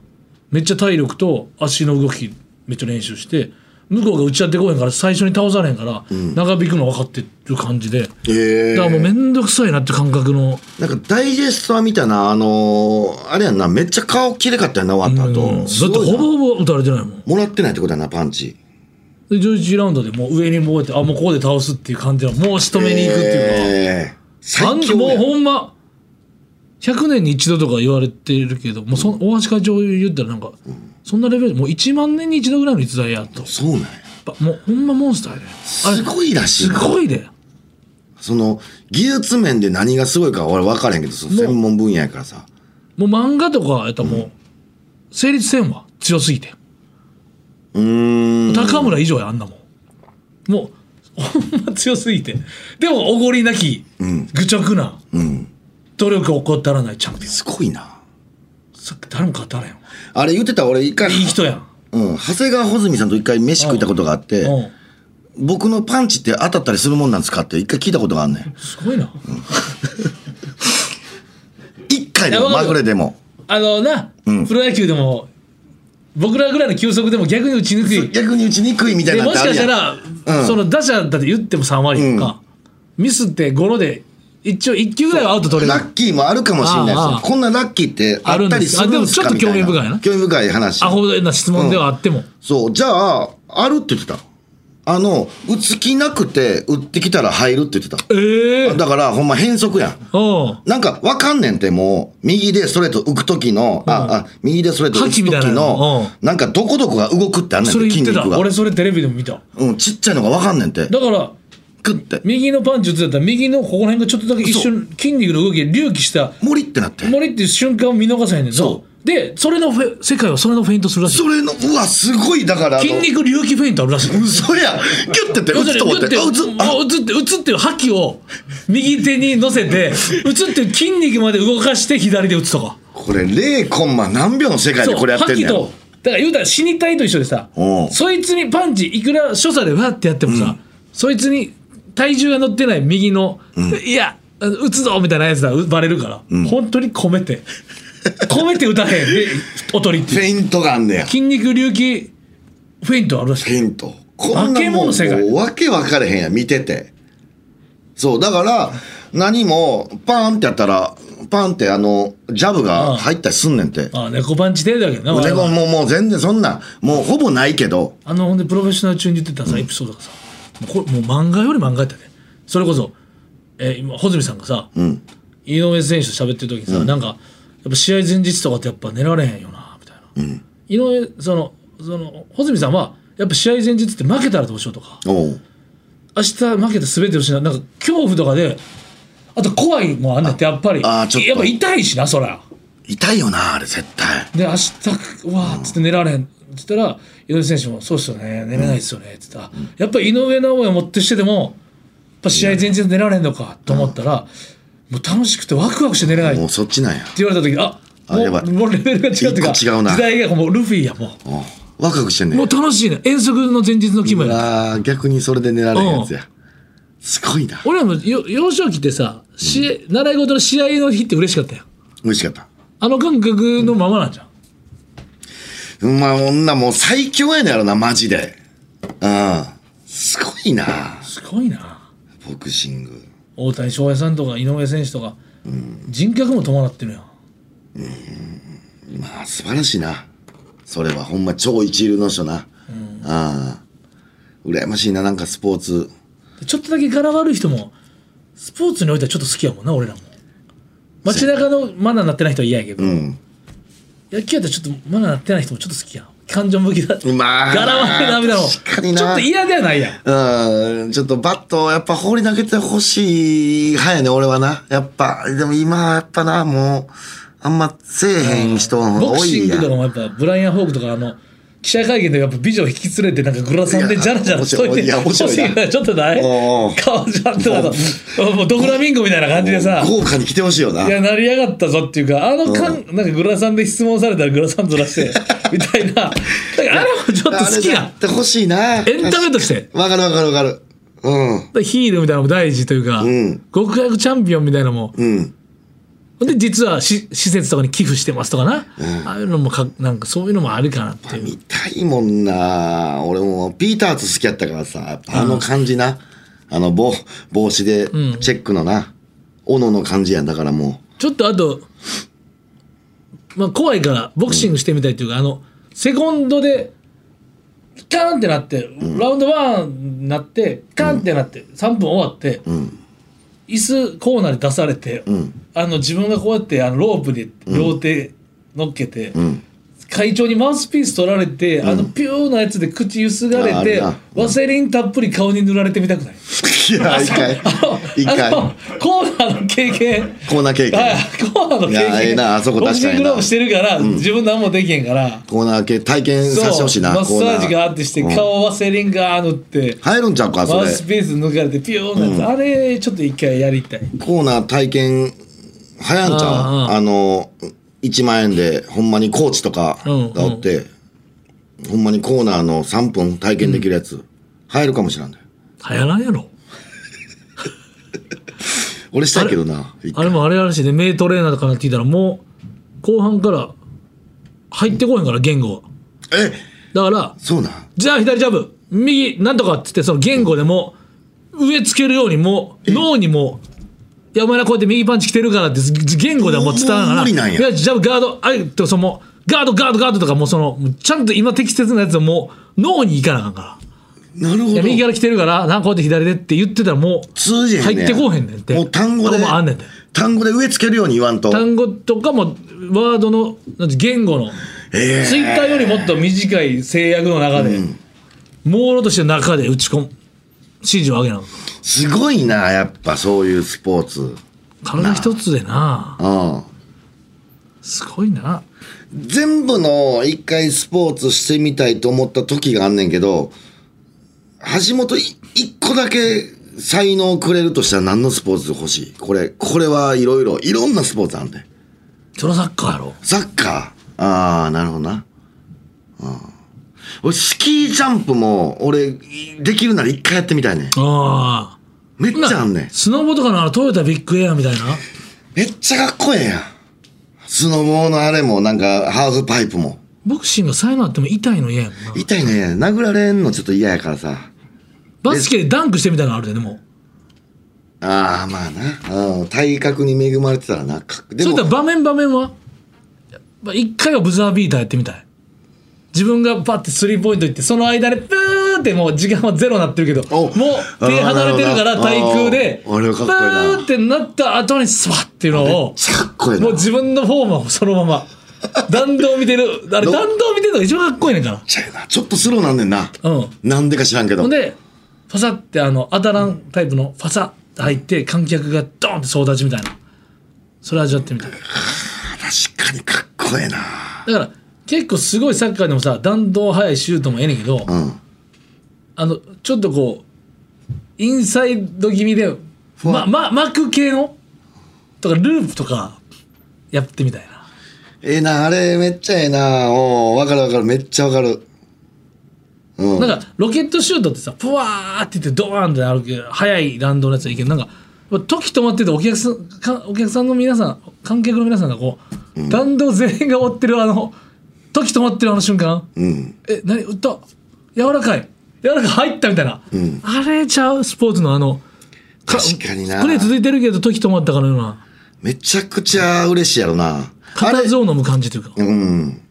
[SPEAKER 3] めっちゃ体力と足の動きめっちゃ練習して向こうが打ち合ってこうへんから最初に倒されへんから、長引くの分かってる感じで、
[SPEAKER 4] ええ
[SPEAKER 3] だからもう面倒くさいなって感覚の
[SPEAKER 4] なんかダイジェストは見たな、あのーあれやんな、めっちゃ顔きれかったよな、終わった後。
[SPEAKER 3] うんだって
[SPEAKER 4] す
[SPEAKER 3] ほぼ
[SPEAKER 4] ごいな
[SPEAKER 3] ほぼ打たれてないもん
[SPEAKER 4] もらってないってことやな、パンチ。
[SPEAKER 3] で11ラウンドでもう上に覚えてあもうここで倒すっていう感じはもう仕留めに行くっていうか、
[SPEAKER 4] ええ
[SPEAKER 3] あん
[SPEAKER 4] 最強
[SPEAKER 3] もう
[SPEAKER 4] やん
[SPEAKER 3] ほんま100年に一度とか言われてるけどもうそ大橋会長言ったらなんか、そんなレベルもう1万年に一度ぐらいの逸材やとや
[SPEAKER 4] そうなんや。
[SPEAKER 3] っぱもうほんまモンスターや
[SPEAKER 4] すごいらしい
[SPEAKER 3] す
[SPEAKER 4] な。
[SPEAKER 3] ごいで
[SPEAKER 4] その、技術面で何がすごいか俺分からへんけど、その専門分野やからさ。
[SPEAKER 3] もう漫画とかやったらもう、成立せんわ強すぎて
[SPEAKER 4] うーん。
[SPEAKER 3] 高村以上やあんなもんもう [LAUGHS] ほんま強すぎてでもおごりなき、愚直な
[SPEAKER 4] うん。
[SPEAKER 3] 努力を怠らないチャンピオン
[SPEAKER 4] すごいな。
[SPEAKER 3] さっき誰も勝たれんわ
[SPEAKER 4] あれ言ってた俺一回、
[SPEAKER 3] いい人やん
[SPEAKER 4] うん、長谷川穂積さんと一回飯食いたことがあって、
[SPEAKER 3] うん
[SPEAKER 4] 僕のパンチって当たったりするもんなんですかって一回聞いたことがあんねん。
[SPEAKER 3] すごいな
[SPEAKER 4] 一回でも
[SPEAKER 3] いやわか
[SPEAKER 4] ま
[SPEAKER 3] る
[SPEAKER 4] ぐれでも。
[SPEAKER 3] あのな、
[SPEAKER 4] うん
[SPEAKER 3] プロ野球でも僕らぐらいの球速でも逆に打ちにくい
[SPEAKER 4] 逆に打ちにくいみたい
[SPEAKER 3] で
[SPEAKER 4] なの
[SPEAKER 3] も
[SPEAKER 4] っ
[SPEAKER 3] して
[SPEAKER 4] あ
[SPEAKER 3] か
[SPEAKER 4] る
[SPEAKER 3] し
[SPEAKER 4] や
[SPEAKER 3] た
[SPEAKER 4] ん
[SPEAKER 3] ら、
[SPEAKER 4] うん
[SPEAKER 3] その打者だって言っても3割とか、ミスってゴロで一応1球ぐらいはアウト取れ
[SPEAKER 4] ラ
[SPEAKER 3] る
[SPEAKER 4] ッキーもあるかもしれない
[SPEAKER 3] あああ
[SPEAKER 4] で
[SPEAKER 3] あ
[SPEAKER 4] すこんなラッキーってあったりするんですか
[SPEAKER 3] あるん
[SPEAKER 4] み
[SPEAKER 3] ですあでもち
[SPEAKER 4] たい
[SPEAKER 3] ょっと興味深いな
[SPEAKER 4] 興味深い話
[SPEAKER 3] アホな質問ではあっても、
[SPEAKER 4] そうじゃああるって言ってたあの打つ気なくて打ってきたら入るって言ってた
[SPEAKER 3] ええー、
[SPEAKER 4] だからほんま変則やん
[SPEAKER 3] おう
[SPEAKER 4] なんかわかんねんてもう右でストレート浮く時の、ああ右でストレート浮く
[SPEAKER 3] 覇気みた
[SPEAKER 4] 時
[SPEAKER 3] いな
[SPEAKER 4] の
[SPEAKER 3] の
[SPEAKER 4] なんかどこどこが動くってあんねん
[SPEAKER 3] それ
[SPEAKER 4] て
[SPEAKER 3] 言
[SPEAKER 4] 筋
[SPEAKER 3] ってた
[SPEAKER 4] 肉が、
[SPEAKER 3] 俺それテレビでも見た
[SPEAKER 4] うん、ちっちゃいのがわかんねんて
[SPEAKER 3] だから
[SPEAKER 4] グッて
[SPEAKER 3] 右のパンチ打つだったら右のここら辺がちょっとだけ一瞬筋肉の動きが隆起した
[SPEAKER 4] 森ってなって
[SPEAKER 3] 森っていう瞬間を見逃さへんねんな
[SPEAKER 4] そ
[SPEAKER 3] でそれのフェ世界はそれのフェイントするらしい
[SPEAKER 4] それのうわすごいだからあの
[SPEAKER 3] 筋肉隆起フェイントあるらしい
[SPEAKER 4] 嘘やギュッてって
[SPEAKER 3] 要
[SPEAKER 4] 打
[SPEAKER 3] す
[SPEAKER 4] つ
[SPEAKER 3] る
[SPEAKER 4] と
[SPEAKER 3] に
[SPEAKER 4] 思
[SPEAKER 3] 打
[SPEAKER 4] っ
[SPEAKER 3] って
[SPEAKER 4] てあ打つあ
[SPEAKER 3] 打つって打つっていう覇気を右手に乗せ
[SPEAKER 4] [LAUGHS]
[SPEAKER 3] て打つっていう筋肉まで動かして左で打つとか
[SPEAKER 4] これ0コンマ何秒の世界
[SPEAKER 3] そ
[SPEAKER 4] で
[SPEAKER 3] う
[SPEAKER 4] これやって
[SPEAKER 3] 覇
[SPEAKER 4] ん
[SPEAKER 3] 気
[SPEAKER 4] ねや
[SPEAKER 3] とだから言うたら死に体と一緒でさ
[SPEAKER 4] おう
[SPEAKER 3] そいつにパンチいくら所作でわってやってもさ、そいつに体重が乗ってない右の、いや打つぞみたいなやつだバレるから、本当に込めて込めて打たへんでおとりってい
[SPEAKER 4] フ
[SPEAKER 3] う
[SPEAKER 4] ェイントがあんねやフ
[SPEAKER 3] 筋肉隆起フェイントあるらしい
[SPEAKER 4] ェイントこん
[SPEAKER 3] 化
[SPEAKER 4] な
[SPEAKER 3] け物
[SPEAKER 4] も
[SPEAKER 3] の
[SPEAKER 4] ん
[SPEAKER 3] 世界
[SPEAKER 4] もうわけ分かれへんや見ててそうだから何もパーンってやったらパーンってあのジャブが入ったりすんねんて
[SPEAKER 3] あ猫パンチ程度だけどな我
[SPEAKER 4] で
[SPEAKER 3] 々
[SPEAKER 4] も
[SPEAKER 3] は
[SPEAKER 4] もうもう全然そんなもうほぼないけど
[SPEAKER 3] あのほんでプロフェッショナル中に言ってたさ、エピソードがさもうこれもう漫画より漫画やったねそれこそ、えー今穂積さんがさ、井上選手と喋ってる時にさ、なんかやっぱ試合前日とかってやっぱ寝られへんよなみたいな、井上そのその穂積さんはやっぱ試合前日って負けたらどうしようとか
[SPEAKER 4] おう
[SPEAKER 3] 明日負けて全てを失うなんか恐怖とかであと怖いもんあんねんってやっぱり
[SPEAKER 4] ああちょっと
[SPEAKER 3] やっぱ痛いしなそら。
[SPEAKER 4] 痛いよなあれ絶対
[SPEAKER 3] で明日うわーっつって寝られへんっつったら井上選手も「そうっすよね寝れないっすよね」っつったらやっぱり井上尚弥を持ってしてでもやっぱ試合前日寝られんのかと思ったらもう楽しくてワクワクして寝れないって
[SPEAKER 4] もうそっちなんや
[SPEAKER 3] 言われた時あ
[SPEAKER 4] あやば
[SPEAKER 3] も
[SPEAKER 4] いう
[SPEAKER 3] もうレベルが違うっていうか
[SPEAKER 4] 一個違うな
[SPEAKER 3] 時代がもうルフィやも
[SPEAKER 4] おうワクワクしてん
[SPEAKER 3] う
[SPEAKER 4] ねん
[SPEAKER 3] もう楽しいね遠足の前日の気分や
[SPEAKER 4] あー逆にそれで寝られへんやつやすごいな
[SPEAKER 3] 俺らもよ幼少期ってさ試合習い事の試合の日って嬉しかったよ
[SPEAKER 4] 美味しかった
[SPEAKER 3] あの感覚のままなんじゃん
[SPEAKER 4] うんまあ、女もう最強やねやろな、マジで。うん。すごいな。
[SPEAKER 3] すごいな
[SPEAKER 4] ボクシング。
[SPEAKER 3] 大谷翔平さんとか井上選手とか、人格も伴ってるやん
[SPEAKER 4] まあ、素晴らしいな。それはほんま超一流の人な。うん。ああ。羨ましいな、なんかスポーツ。
[SPEAKER 3] ちょっとだけ柄悪い人もスポーツにおいてはちょっと好きやもんな俺らも街中のマナーなってない人は嫌やけど、
[SPEAKER 4] うん。
[SPEAKER 3] 野球やったらちょっとマナーなってない人もちょっと好きやん感情向きだ
[SPEAKER 4] うまあ
[SPEAKER 3] 柄悪いなみたいなの
[SPEAKER 4] 確かにな
[SPEAKER 3] ちょっと嫌ではないやん
[SPEAKER 4] うん、ちょっとバットをやっぱ放り投げてほしい派やね、俺はな。やっぱ、でも今はやっぱな、もう、あんませえへん人の方
[SPEAKER 3] ボ
[SPEAKER 4] が
[SPEAKER 3] ク
[SPEAKER 4] 多
[SPEAKER 3] シ
[SPEAKER 4] い
[SPEAKER 3] ン
[SPEAKER 4] や
[SPEAKER 3] グ
[SPEAKER 4] ん
[SPEAKER 3] とかもやっぱブライアン・ホークとかあの記者会見でやっぱ美女を引き連れてなんかグラサンでジャラジャラしといて
[SPEAKER 4] いや面白いいや面白いな
[SPEAKER 3] 欲しちょっとない
[SPEAKER 4] おうおう
[SPEAKER 3] 顔じゃんとかさもうドフラミンゴみたいな感じでさ
[SPEAKER 4] 豪華に来てほしいよな。
[SPEAKER 3] いや、なりやがったぞっていうか、あのかん、なんかグラサンで質問されたらグラサンずら [LAUGHS] して、みたいな。だからあれもちょっと好きや
[SPEAKER 4] あれやってほしいな。
[SPEAKER 3] エンタメとして
[SPEAKER 4] わかるわかるわかる。うん。
[SPEAKER 3] でヒールみたいなのも大事というか、
[SPEAKER 4] ん
[SPEAKER 3] 極悪チャンピオンみたいなのも、
[SPEAKER 4] うん。
[SPEAKER 3] で実はし施設とかに寄付してますとかな、ああいうのもかなんかそういうのもありかなっていう
[SPEAKER 4] 見たいもんな俺もピーターズ好きやったからさやっぱあの感じなあの帽帽子でチェックのな、斧の感じやだからも
[SPEAKER 3] ちょっとあと、まあ、怖いからボクシングしてみたいというか、あのセコンドでカーンってなって、ラウンドワンになってカーンってなって、3分終わって、椅子コーナーに出されて、あの自分がこうやってあのロープに両手乗っけて。会長にマウスピース取られて、あのピューなやつで口ゆすがれ
[SPEAKER 4] ああ
[SPEAKER 3] て
[SPEAKER 4] るな
[SPEAKER 3] ワセリンたっぷり顔に塗られてみたくないう [LAUGHS]
[SPEAKER 4] [LAUGHS] いや一回一
[SPEAKER 3] あ
[SPEAKER 4] 回
[SPEAKER 3] のコーナーの経験
[SPEAKER 4] コーナー経験
[SPEAKER 3] はい、コーナーの経
[SPEAKER 4] いやええ
[SPEAKER 3] 験
[SPEAKER 4] なあそこ確
[SPEAKER 3] ボクシ
[SPEAKER 4] かにな
[SPEAKER 3] ンググローブしてるから、自分何もできへんから
[SPEAKER 4] コーナー系体験
[SPEAKER 3] そう
[SPEAKER 4] させてほしいな
[SPEAKER 3] マッサ
[SPEAKER 4] コナ
[SPEAKER 3] ージがあってして、
[SPEAKER 4] うん
[SPEAKER 3] 顔はセリンガー塗って
[SPEAKER 4] 入るんちゃうかそ
[SPEAKER 3] マウ
[SPEAKER 4] れ
[SPEAKER 3] スピース抜かれてピューンなやつ、あれちょっと一回やりたい
[SPEAKER 4] コーナー体験はやんちゃう
[SPEAKER 3] あ
[SPEAKER 4] あ
[SPEAKER 3] あ
[SPEAKER 4] の1万円でほんまにコーチとかがおって、ほんまにコーナーの3分体験できるやつ、入るかもしれない
[SPEAKER 3] 流行らんやろ
[SPEAKER 4] 俺したいけどな一
[SPEAKER 3] あ
[SPEAKER 4] 回
[SPEAKER 3] れもあれらしいね名トレーナーとかなって聞いたらもう後半から入ってこへんから言語は
[SPEAKER 4] え
[SPEAKER 3] だから
[SPEAKER 4] そうなん
[SPEAKER 3] じゃあ左ジャブ右なんとかっつってその言語でも植え付けるようにもう脳にもういやお前らこうやって右パンチ来てるからって言語ではもう伝わら
[SPEAKER 4] もう無理なんや
[SPEAKER 3] いやジャブガードあれとそのガードガードガードとかもうそのちゃんと今適切なやつをもう脳にいかなあかんから
[SPEAKER 4] なるほ
[SPEAKER 3] いや
[SPEAKER 4] ど
[SPEAKER 3] 右から来てるからなんかこうやって左でって言ってたらもう
[SPEAKER 4] 通じへんね
[SPEAKER 3] 入ってこうへんねんって
[SPEAKER 4] もう単語で
[SPEAKER 3] もうあんねんて
[SPEAKER 4] 単語で植え付けるように言わんと
[SPEAKER 3] 単語とかもワードのなんて言語の
[SPEAKER 4] え
[SPEAKER 3] ツイッターよりもっと短い制約の中で、朦朧としてる中で打ち込む指示を上げなあかん
[SPEAKER 4] すごいなやっぱそういうスポーツ
[SPEAKER 3] 体一つでな
[SPEAKER 4] うん
[SPEAKER 3] すごいな
[SPEAKER 4] 全部の一回スポーツしてみたいと思った時があんねんけど橋本い一個だけ才能をくれるとしたら何のスポーツ欲しいこれこれはいろいろいろんなスポーツあんねん
[SPEAKER 3] そのサッカーやろ
[SPEAKER 4] サッカーああなるほどな、うん、俺スキージャンプも俺いできるなら一回やってみたいねん
[SPEAKER 3] ああ
[SPEAKER 4] めっちゃあんねん
[SPEAKER 3] スノボとかのあのトヨタビッグエアみたいな
[SPEAKER 4] めっちゃかっこええやんスノボーのあれもなんかハーフパイプも
[SPEAKER 3] ボクシング才能あっても痛いの嫌やもんな
[SPEAKER 4] 痛いね殴られんのちょっと嫌やからさ
[SPEAKER 3] バスケでダンクしてみたいなのあるででも
[SPEAKER 4] ああまあな、うん、体格に恵まれてたらなかで
[SPEAKER 3] そうい
[SPEAKER 4] も
[SPEAKER 3] った場面場面はやっぱ一回はブザービーターやってみたい自分がパッてスリーポイントいってその間でプーンってもう時間はゼロになってるけども
[SPEAKER 4] お
[SPEAKER 3] う手離れてるから
[SPEAKER 4] あーなる
[SPEAKER 3] 対
[SPEAKER 4] ほど
[SPEAKER 3] 空で
[SPEAKER 4] あ
[SPEAKER 3] プ
[SPEAKER 4] ーあれはかっこいいな
[SPEAKER 3] ーンってなった後にスワッっていうのを
[SPEAKER 4] かっこええな
[SPEAKER 3] もう
[SPEAKER 4] めっ
[SPEAKER 3] 自分のフォームはそのまま弾道見てるあれ
[SPEAKER 4] の
[SPEAKER 3] 弾道見てるのが一番かっこいいねんか
[SPEAKER 4] ちゃええなちょっとスローなんねんな、
[SPEAKER 3] らうん
[SPEAKER 4] なんでか知らんけど
[SPEAKER 3] ほんでファサってあの当たらんタイプのファサって入って観客がドーンって総立ちみたいなそれ味わってみたい
[SPEAKER 4] 確かにかっこええな
[SPEAKER 3] だから結構すごいサッカーでもさ弾道速いシュートもええねんけど、
[SPEAKER 4] うん
[SPEAKER 3] あのちょっとこうインサイド気味で、まま、巻く系のとかループとかやってみたいな
[SPEAKER 4] ええなあれめっちゃええなおうわかるわかるめっちゃわかるうん
[SPEAKER 3] なんかロケットシュートってさプワーっていってドワーンってなるけど速い弾道のやつはいいけどなんか時止まっててお客さんかお客さんの皆さん観客の皆さんがこう、弾道全員が追ってるあの時止まってるあの瞬間、
[SPEAKER 4] うん
[SPEAKER 3] え何打った柔らかい柔らかい入ったみたいな、あれちゃうスポーツのあの
[SPEAKER 4] 確かにな
[SPEAKER 3] プレー続いてるけど時止まったからのような
[SPEAKER 4] めちゃくちゃ嬉しいやろなあれ
[SPEAKER 3] 固唾を飲む感じというか
[SPEAKER 4] うん。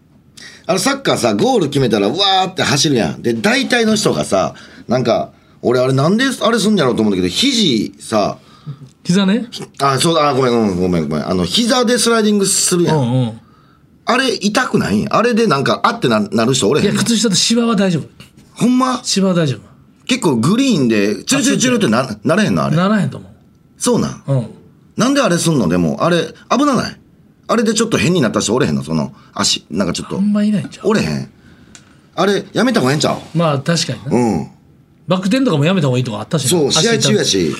[SPEAKER 4] あのサッカーさ、ゴール決めたら、わーって走るやん。で、大体の人がさ、なんか、俺あれなんであれすんやろうと思うんだけど、肘さ、
[SPEAKER 3] 膝ね
[SPEAKER 4] あ、そうだ、あ、ごめん、うんごめん、ごめん。あの、膝でスライディングする
[SPEAKER 3] う
[SPEAKER 4] やん。
[SPEAKER 3] んうん
[SPEAKER 4] あれ痛くないあれでなんか、あってななる人おれ
[SPEAKER 3] い
[SPEAKER 4] へ
[SPEAKER 3] や
[SPEAKER 4] ん。
[SPEAKER 3] 靴下と芝は大丈夫
[SPEAKER 4] ほんま
[SPEAKER 3] 芝は大丈夫
[SPEAKER 4] 結構グリーンで、チュルチュルチュルってななれへんのあれ。
[SPEAKER 3] ならへんと思
[SPEAKER 4] そうなん。
[SPEAKER 3] ううん
[SPEAKER 4] なんであれすんのでも、あれ、危なない。あれでちょっと変になった人おれへんのその、足。なんかちょっ
[SPEAKER 3] あ
[SPEAKER 4] と。
[SPEAKER 3] んまいないんちゃう
[SPEAKER 4] おれへん。あれ、やめた方がええんちゃ
[SPEAKER 3] まあ確かにな
[SPEAKER 4] ううん。
[SPEAKER 3] バク転とかもやめた方がいいとかあったしな
[SPEAKER 4] そう、
[SPEAKER 3] 足
[SPEAKER 4] 試合中や
[SPEAKER 3] 痛
[SPEAKER 4] し、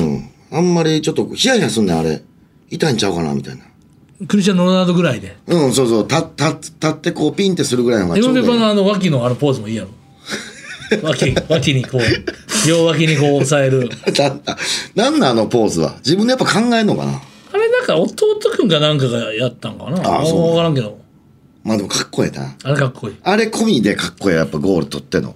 [SPEAKER 4] うん。あんまりちょっと、ヒヤヒヤすんねん、あれ。痛いんちゃうかな、みたいな。
[SPEAKER 3] めクリスチャン・ロナウドぐらいで
[SPEAKER 4] うん、そうそう、た、た、立ってこう、ピンってするぐらいのがち
[SPEAKER 3] エ
[SPEAKER 4] ょ
[SPEAKER 3] ム
[SPEAKER 4] うど
[SPEAKER 3] ベ
[SPEAKER 4] [LAUGHS] いい
[SPEAKER 3] パのあの脇のあのポーズもいいやろ脇脇にこう両脇にこう押さえる。
[SPEAKER 4] なんだ、なんなんあのポーズは。自分でやっぱ考えんのかな。
[SPEAKER 3] あれなんか弟くんかなんかがやったんかな
[SPEAKER 4] あそう
[SPEAKER 3] わからんけど。
[SPEAKER 4] まあでもかっこええな。
[SPEAKER 3] あれかっこいい。
[SPEAKER 4] あれ込みでかっこええ、やっぱゴール取っての。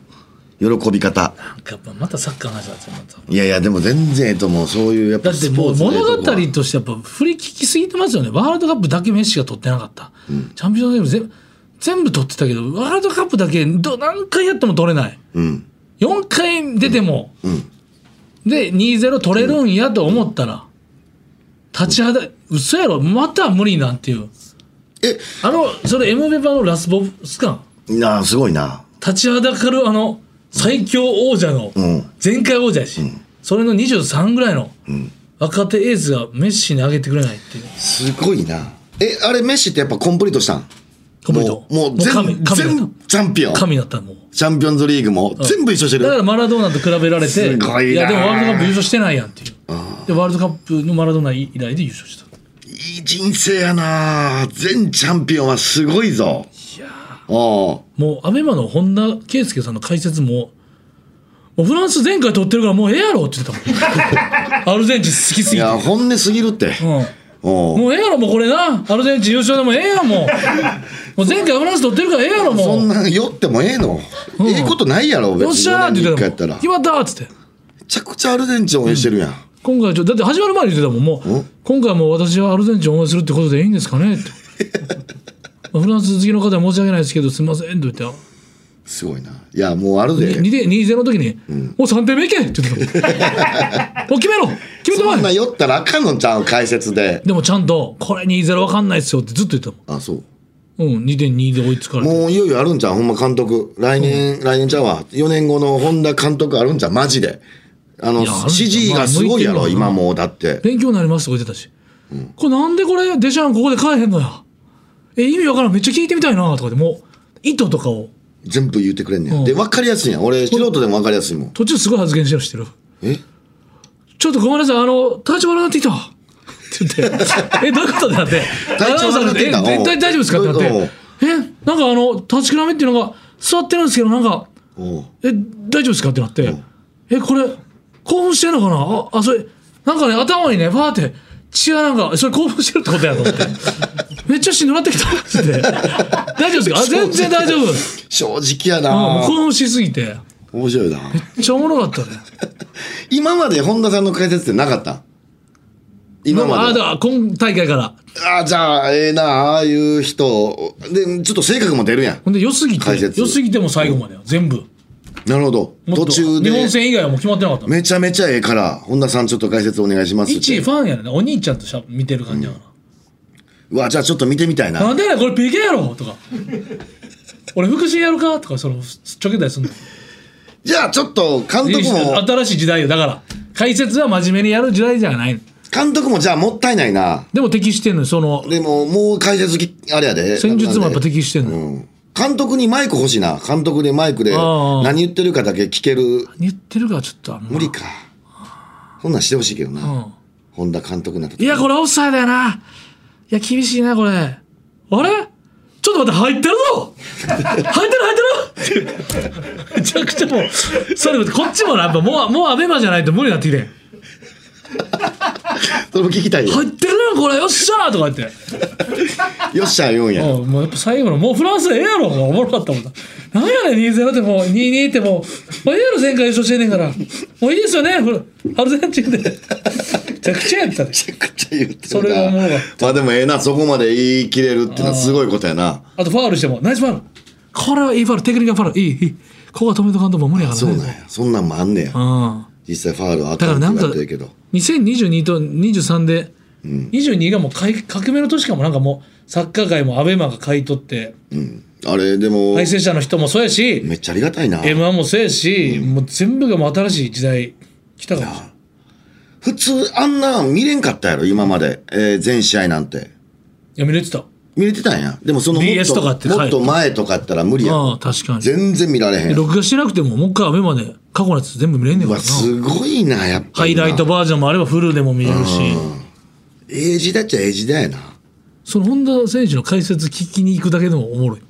[SPEAKER 4] 喜び方。
[SPEAKER 3] なんかやっぱまたサッカーの話だったよまた
[SPEAKER 4] いやいや、でも全然ええと思う。そういう、やっぱ
[SPEAKER 3] だってもう物語としてやっぱ振り聞きすぎてますよね。ワールドカップだけメッシが取ってなかった。チャンピオンズリーグ全全部取ってたけど、ワールドカップだけど何回やっても取れない。
[SPEAKER 4] うん。
[SPEAKER 3] 4回出ても、で、2-0取れるんやと思ったら、立ちはだ、嘘やろ、また無理なんていう。
[SPEAKER 4] え、
[SPEAKER 3] あの、それエムベバのラスボスかん。
[SPEAKER 4] なあ、すごいな。
[SPEAKER 3] 立ちはだかるあの、最強王者の
[SPEAKER 4] ん、
[SPEAKER 3] 前回王者やし、それの23ぐらいの、若手エースがメッシに上げてくれないっていう。
[SPEAKER 4] すごいな。え、あれ、メッシってやっぱコンプリートしたん
[SPEAKER 3] コンプリート
[SPEAKER 4] もう、もう
[SPEAKER 3] もう神
[SPEAKER 4] 全、
[SPEAKER 3] 神だ
[SPEAKER 4] 全チャンピオン。
[SPEAKER 3] 神だったもう。
[SPEAKER 4] チャンピオンズリーグも全部一緒して
[SPEAKER 3] だから
[SPEAKER 4] る。
[SPEAKER 3] マラドーナと比べられて、
[SPEAKER 4] すごいない
[SPEAKER 3] や、でもワールドカップ優勝してないやんっていう。で、ワールドカップのマラドーナ以来で優勝した。
[SPEAKER 4] いい人生やな全チャンピオンはすごいぞ。いやあ
[SPEAKER 3] もう、アベマの本田圭佑さんの解説も、もうフランス前回取ってるからもうええやろって言ってた
[SPEAKER 4] [LAUGHS]
[SPEAKER 3] もん。アルゼンチン好きす
[SPEAKER 4] い
[SPEAKER 3] ぎて。
[SPEAKER 4] や、本音すぎるって。
[SPEAKER 3] う
[SPEAKER 4] お
[SPEAKER 3] ん、
[SPEAKER 4] う
[SPEAKER 3] もうええやろ、もうこれな。アルゼンチン優勝でもええやん、もう。もう前回フランス取ってるからええやろ、
[SPEAKER 4] そ
[SPEAKER 3] も
[SPEAKER 4] ん
[SPEAKER 3] う。
[SPEAKER 4] なん酔ってもええの。
[SPEAKER 3] ん
[SPEAKER 4] ええことないやろ、別に。
[SPEAKER 3] よっしゃーって言ってたもん。決
[SPEAKER 4] 4年に一回やったら。
[SPEAKER 3] まったーっつって。
[SPEAKER 4] めちゃくちゃアルゼンチン応援してるやん。
[SPEAKER 3] 今回ちょ、だって始まる前に言ってたもん、もう、今回はもう私はアルゼンチンを応援するってことでいいんですかね
[SPEAKER 4] [LAUGHS]
[SPEAKER 3] って。まあフランス好きの方は申し訳ないですけど、すみませんと言って、
[SPEAKER 4] すごいな。いや、もうあるで。
[SPEAKER 3] 2で2-0の時に、もう3点目いけって言ってた
[SPEAKER 4] [LAUGHS]
[SPEAKER 3] もんもう決めろ決めて
[SPEAKER 4] そん
[SPEAKER 3] こ
[SPEAKER 4] ない酔ったらあかんのちゃう解説で。
[SPEAKER 3] でもちゃんと、これ2-0わかんないっすよってずっと言ってた
[SPEAKER 4] あ、そう。
[SPEAKER 3] もん。うん、2.2で追いつかれて。
[SPEAKER 4] もういよいよあるんじゃん、ほんま監督。来年、来年ちゃうわ。4年後の本田監督あるんじゃん、マジで。あの、
[SPEAKER 3] いやあるんちゃう
[SPEAKER 4] 指示がすごいや
[SPEAKER 3] ま
[SPEAKER 4] ろ、
[SPEAKER 3] あ向いてんの
[SPEAKER 4] 今
[SPEAKER 3] かな
[SPEAKER 4] もう、だって。
[SPEAKER 3] 勉強になりますとか言ってたし。これなんでこれ、デシャンここで変えへんのや。え、意味わからん。めっちゃ聞いてみたいなとかで、もう、意図とかを、
[SPEAKER 4] 全部言ってくれんね。
[SPEAKER 3] うんん
[SPEAKER 4] で、分かりやすいやん。俺、素人でも分かりやすいもん。
[SPEAKER 3] 途中すごい発言してるのしてる。
[SPEAKER 4] え
[SPEAKER 3] ちょっとごめんなさい、あの、体調悪くなってきた。って言っ
[SPEAKER 4] [LAUGHS]
[SPEAKER 3] て、え、どういうことだって。
[SPEAKER 4] 体調悪くなってきた
[SPEAKER 3] アナウンサーがえ絶対大丈夫ですかってな
[SPEAKER 4] うん
[SPEAKER 3] って。え、なんかあの、立ちくらみっていうのが、座ってるんですけど、なんか、
[SPEAKER 4] おう
[SPEAKER 3] え、大丈夫ですかってなって。え、これ、興奮してんのかなあ、あ、それ、なんかね、頭にね、バーって、血がなんか、えそれ興奮してるってことやと思
[SPEAKER 4] [LAUGHS]
[SPEAKER 3] って。めっちゃしんどなってきたって言って。大丈夫ですかあ、全然大丈夫。
[SPEAKER 4] 正直や
[SPEAKER 3] あもう
[SPEAKER 4] な
[SPEAKER 3] 興奮しすぎて。
[SPEAKER 4] 面白いな。
[SPEAKER 3] めっちゃおもろかったね。
[SPEAKER 4] 今まで本田さんの解説ってなかった今ま
[SPEAKER 3] あ、
[SPEAKER 4] で
[SPEAKER 3] だ。から今大会から。
[SPEAKER 4] ああ、じゃあ、ええな、ああいう人。で、ちょっと性格も出るやん。
[SPEAKER 3] ほんで良すぎて
[SPEAKER 4] 解説
[SPEAKER 3] 良すぎても最後までよ全部
[SPEAKER 4] なるほど。
[SPEAKER 3] もっと
[SPEAKER 4] 途中
[SPEAKER 3] 日
[SPEAKER 4] で
[SPEAKER 3] 本、戦以外はもう決まってなかったの
[SPEAKER 4] めちゃめちゃええから、本田さんちょっと解説お願いしますって。
[SPEAKER 3] 一ファンやねお兄ちゃんとしゃ見てる感じやか
[SPEAKER 4] うわ、じゃあちょっと見てみたい
[SPEAKER 3] ら、
[SPEAKER 4] な。
[SPEAKER 3] なんでやねんこれ PK やろとか俺腹心やるかとかそのちょけたりするの
[SPEAKER 4] じゃあちょっと監督も、
[SPEAKER 3] 新しい時代よだから解説は真面目にやる時代じゃないの
[SPEAKER 4] 監督もじゃあもったいないな。
[SPEAKER 3] でも適してんのよその
[SPEAKER 4] でも、もう解説き、あれやで。
[SPEAKER 3] 戦術もやっぱ適してんのよ、
[SPEAKER 4] うん。監督にマイク欲しいな。監督でマイクで
[SPEAKER 3] あー
[SPEAKER 4] 何言ってるかだけ聞ける。
[SPEAKER 3] 言ってるからちょっとあんま
[SPEAKER 4] 無理か。そんなんしてほしいけどな。
[SPEAKER 3] うん
[SPEAKER 4] 本田監督になった時
[SPEAKER 3] いや、これオフサイドやな。いや、厳しいな、これ。あれちょっと待って、入ってるぞ入ってる、入ってるってめちゃくちゃもう、それ、こっちもな、やっぱもう、もうアベマじゃないと無理になってきて。
[SPEAKER 4] それも聞きたいよ。
[SPEAKER 3] 入ってるな、これ、よっしゃーとか言って。
[SPEAKER 4] よっしゃ、言うんや。
[SPEAKER 3] もう、もうやっぱ最後の、もうフランスでええやろ、もうおもろかったもんな。なんやねん、2-0ってもう、2-2ってもう、もうええやろ、前回優勝してんねんから。もういいですよね、ほらアルゼンチンで。めちゃくちゃやったで。
[SPEAKER 4] めちゃくちゃ言ってるな
[SPEAKER 3] それがおもろかっ
[SPEAKER 4] まあでもええな、そこまで言い切れるってのはすごいことやな。
[SPEAKER 3] あとファールしても、ナイスファール。これはいいファール、テクニカルファール。いい、いい。ここは止めとかんともう無理やから
[SPEAKER 4] そう
[SPEAKER 3] ね。
[SPEAKER 4] なんや。そんなんもあんねや。
[SPEAKER 3] うん。
[SPEAKER 4] 実際ファールはあっ
[SPEAKER 3] だ
[SPEAKER 4] た
[SPEAKER 3] か
[SPEAKER 4] ん
[SPEAKER 3] ら
[SPEAKER 4] だ
[SPEAKER 3] なんか、
[SPEAKER 4] けど。
[SPEAKER 3] 2022と23で、22がもうかい革命の年かも、なんかもう、サッカー界もアベマが買い取って、
[SPEAKER 4] うん。あれ、でも、
[SPEAKER 3] 対戦者の人もそうやし、
[SPEAKER 4] めっちゃありがたいな。
[SPEAKER 3] M1 もそうやし、もう全部がもう新しい時代来たかもしれない。
[SPEAKER 4] 普通あんなん見れんかったやろ今まで、えー全試合なんて
[SPEAKER 3] いや、見れてた。
[SPEAKER 4] 見れてたんやでもそのもっと
[SPEAKER 3] BS とかって
[SPEAKER 4] もっと前とかやったら無理やん
[SPEAKER 3] ああ、確かに。
[SPEAKER 4] 全然見られへん
[SPEAKER 3] 録画してなくても、もう一回アベマで過去のやつ全部見れんねん
[SPEAKER 4] う
[SPEAKER 3] か
[SPEAKER 4] わ
[SPEAKER 3] らな。
[SPEAKER 4] すごいなやっぱりな
[SPEAKER 3] ハイライトバージョンもあればフルでも見れるし。
[SPEAKER 4] ええ時代っちゃええ時代やな
[SPEAKER 3] その本田選手の解説聞きに行くだけでもおもろい。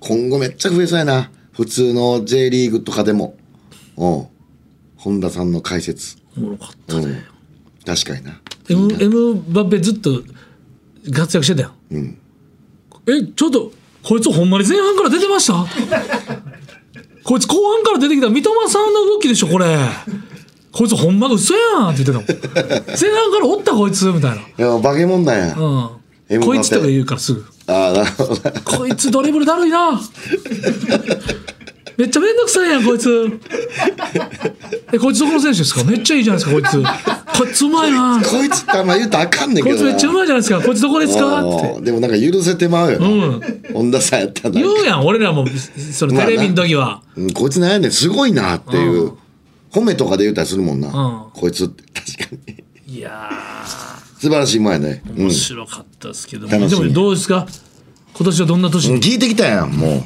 [SPEAKER 4] 今後めっちゃ増えそうやな普通の J リーグとかでもうん本田さんの解説
[SPEAKER 3] おもろかった
[SPEAKER 4] うん確かにな
[SPEAKER 3] M, M バペずっと活躍してたよ、ん、えちょっとこいつほんまに前半から出てました [LAUGHS] こいつ後半から出てきた三笘さんの動きでしょこれこいつほんまが嘘やんって言ってたもん
[SPEAKER 4] [LAUGHS]
[SPEAKER 3] 前半からおったこいつみたい
[SPEAKER 4] いや化け物なんや、
[SPEAKER 3] な、う
[SPEAKER 4] M
[SPEAKER 3] ん、
[SPEAKER 4] バペ
[SPEAKER 3] こいつとか言うからすぐ
[SPEAKER 4] ああなるほどな
[SPEAKER 3] こいつドリブルだるいな [LAUGHS] めっちゃめんどくさいやんこいつえこいつどこの選手ですかめっちゃいいじゃないですかこいつこいつうまいな
[SPEAKER 4] こいつってあんま言うとあかんねん
[SPEAKER 3] こ
[SPEAKER 4] け
[SPEAKER 3] いつ
[SPEAKER 4] ど
[SPEAKER 3] め
[SPEAKER 4] な
[SPEAKER 3] っちゃうまいじゃないですかこいつどこですかって
[SPEAKER 4] うんでもなんか許せてまうよな、
[SPEAKER 3] うん
[SPEAKER 4] 本田さんやったらなん
[SPEAKER 3] 言
[SPEAKER 4] か
[SPEAKER 3] うやん俺らもその
[SPEAKER 4] まあ
[SPEAKER 3] テレ
[SPEAKER 4] な
[SPEAKER 3] ビの時は、
[SPEAKER 4] うんこいつなんやねんすごいなっていう、褒めとかで言うたりするもんな、
[SPEAKER 3] うん
[SPEAKER 4] こいつって確かに [LAUGHS]
[SPEAKER 3] いや
[SPEAKER 4] 素晴らしい前ね、
[SPEAKER 3] ー
[SPEAKER 4] うん、
[SPEAKER 3] 面白かったですけども、
[SPEAKER 4] 楽し
[SPEAKER 3] で
[SPEAKER 4] み
[SPEAKER 3] もどうですか今年はどんな年に、
[SPEAKER 4] 聞いてきたやんもう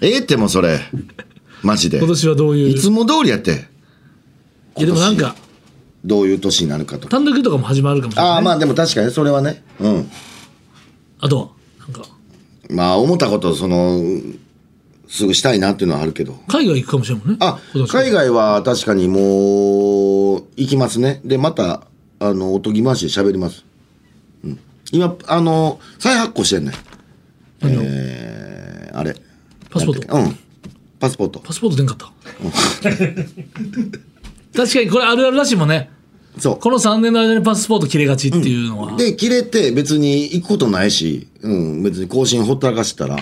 [SPEAKER 4] ええってもうそれマジで
[SPEAKER 3] 今年はどういう
[SPEAKER 4] いつも通りやって
[SPEAKER 3] いやでもなんか
[SPEAKER 4] どういう年になるかとか
[SPEAKER 3] 単独とかも始まるかもしれない
[SPEAKER 4] ああまあでも確かにそれはねうん
[SPEAKER 3] あとはなんか
[SPEAKER 4] まあ思ったことそのすぐしたいなっていうのはあるけど
[SPEAKER 3] 海外行くかもしれんもんね
[SPEAKER 4] あ
[SPEAKER 3] 今年は
[SPEAKER 4] 海外は確かにもう行きますねでまたあのおとぎ回しで喋ります、うん、今あの再発行してんねんえー、あれ
[SPEAKER 3] パスポート
[SPEAKER 4] なんだっけうんパスポート
[SPEAKER 3] パスポート出んかった [LAUGHS] 確かにこれあるあるらしいもんね
[SPEAKER 4] そう
[SPEAKER 3] この3年の間にパスポート切れがちっていうのは、
[SPEAKER 4] で切れて別に行くことないし、うん、別に更新ほったらかしてたら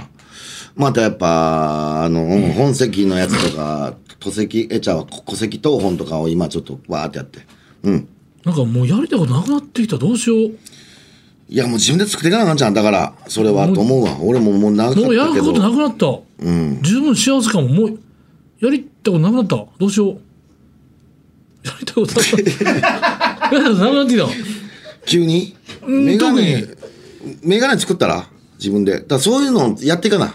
[SPEAKER 4] またやっぱあの、うん本籍のやつとか戸籍えちゃうわこ戸籍謄本とかを今ちょっとわーってやってうん
[SPEAKER 3] なんかもうやりたいことなくなってきたどうしよう
[SPEAKER 4] いやもう自分で作っていかなあかんじゃんだからそれはと思うわ俺ももう長かっ
[SPEAKER 3] もうや
[SPEAKER 4] た
[SPEAKER 3] るこ
[SPEAKER 4] け
[SPEAKER 3] と
[SPEAKER 4] ど
[SPEAKER 3] なくなった
[SPEAKER 4] うん
[SPEAKER 3] 十分幸せかももうやりたいことなくなったどうしようやりたいことなくなったやりた
[SPEAKER 4] [LAUGHS]
[SPEAKER 3] いことなくなってきた
[SPEAKER 4] 急に
[SPEAKER 3] ん
[SPEAKER 4] メガネ
[SPEAKER 3] 特
[SPEAKER 4] メガネ作ったら自分でだからそういうのやっていかな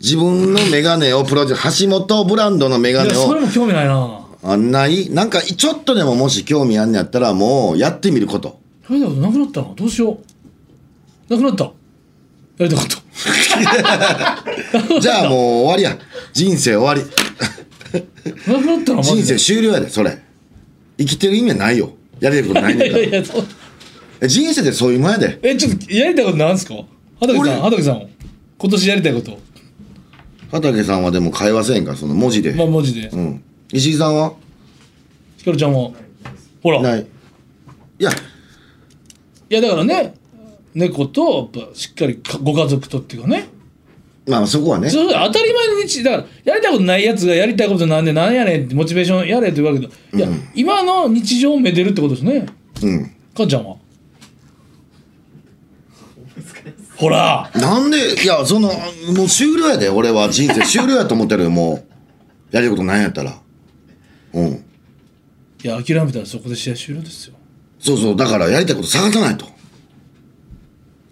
[SPEAKER 4] 自分のメガネをプロデュース橋本ブランドのメガ
[SPEAKER 3] いや
[SPEAKER 4] ネ
[SPEAKER 3] そ
[SPEAKER 4] を
[SPEAKER 3] れも興味ないな
[SPEAKER 4] あないなんかちょっとでももし興味あんねやったらもうやってみること
[SPEAKER 3] やりたいことなくなったなどうしようなくなったやりたいこと
[SPEAKER 4] じゃあもう終わりや人生終わり
[SPEAKER 3] なくなったなマ
[SPEAKER 4] 人
[SPEAKER 3] ジ
[SPEAKER 4] 生
[SPEAKER 3] で
[SPEAKER 4] 終了やでそれ生きてる意味はないよやれることない
[SPEAKER 3] い
[SPEAKER 4] ね
[SPEAKER 3] やい [LAUGHS] やい
[SPEAKER 4] んから
[SPEAKER 3] やそう
[SPEAKER 4] え人生でそういうもんやで
[SPEAKER 3] えちょっとやりたいことなんですか畑さ
[SPEAKER 4] 俺
[SPEAKER 3] ん畑さん今年やりたいこと
[SPEAKER 4] 畑さんはでも会話せえへんからその文字で、
[SPEAKER 3] まあ文字で
[SPEAKER 4] うん石井さんは
[SPEAKER 3] ひかるちゃんはほら
[SPEAKER 4] ないいいや
[SPEAKER 3] やだからね猫とやっぱしっかりかご家族とっていうかね
[SPEAKER 4] まあそこはね
[SPEAKER 3] そうそう当たり前の日だからやりたいことないやつがやりたいことなんでなんやねんってモチベーションやれって言うわけどいや、今の日常をめでるってことですね
[SPEAKER 4] うん
[SPEAKER 3] かんちゃんはほら
[SPEAKER 4] なんでいやそのもう終了やで俺は人 [LAUGHS] 生終了やと思ってるよもうやれることないんやったらうん
[SPEAKER 3] いや諦めたらそこで試合終了ですよ
[SPEAKER 4] そうそう、だからやりたいこと探さないと。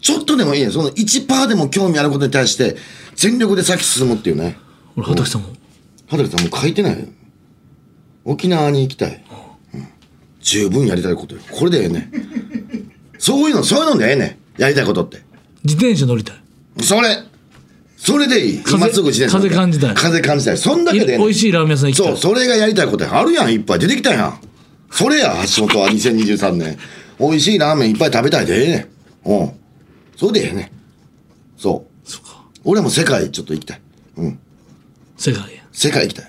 [SPEAKER 4] ちょっとでもいいね。その1%でも興味あることに対して、全力で先進むっていうね。
[SPEAKER 3] 俺畑さんも
[SPEAKER 4] 畑さんもう書いてないよ。沖縄に行きたい。うん十分やりたいことよ。これでええ [LAUGHS] ね。そういうの、そういうのでええね。やりたいことって。
[SPEAKER 3] 自転車乗りたい
[SPEAKER 4] それそれでいい。
[SPEAKER 3] 風
[SPEAKER 4] 今すぐ自転車乗って
[SPEAKER 3] 風感じたい
[SPEAKER 4] 風感じたい。そんだけでええね。
[SPEAKER 3] しいラーメン屋さん
[SPEAKER 4] そう、それがやりたいことや。あるやん、いっぱい出てきたやん。それや、橋本は2023年。美味しいラーメンいっぱい食べたいでええねん。うん。それでええねん。そう。
[SPEAKER 3] そうか
[SPEAKER 4] 俺も世界ちょっと行きたい。うん。
[SPEAKER 3] 世界や
[SPEAKER 4] 世界行きたい。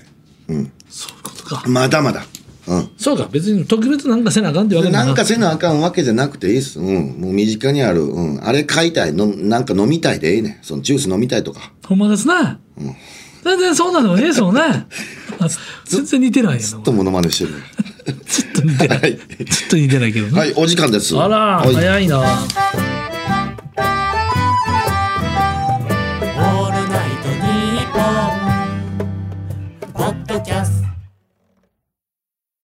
[SPEAKER 4] うん。
[SPEAKER 3] そういうことか
[SPEAKER 4] まだまだ。うん。
[SPEAKER 3] そうか別に特別なんかせなあかんってわけ
[SPEAKER 4] で
[SPEAKER 3] でも
[SPEAKER 4] なんか
[SPEAKER 3] い
[SPEAKER 4] せなあかんわけじゃなくていいっす。うん。もう身近にある、うん。あれ買いたい、のなんか飲みたいでええねん。そのジュース飲みたいとか。
[SPEAKER 3] ほんまですな、全然そんなのええそう
[SPEAKER 4] [LAUGHS]
[SPEAKER 3] ねあ全然似てないやな
[SPEAKER 4] ちょっとモノマネしてる。
[SPEAKER 3] ちょっと似てない。
[SPEAKER 4] はい
[SPEAKER 3] ちょっと似てないけどね。
[SPEAKER 4] はい、お時間です。
[SPEAKER 3] あら、
[SPEAKER 4] はい
[SPEAKER 3] 早いな。
[SPEAKER 5] オールナイトニッポン」ポッドキャス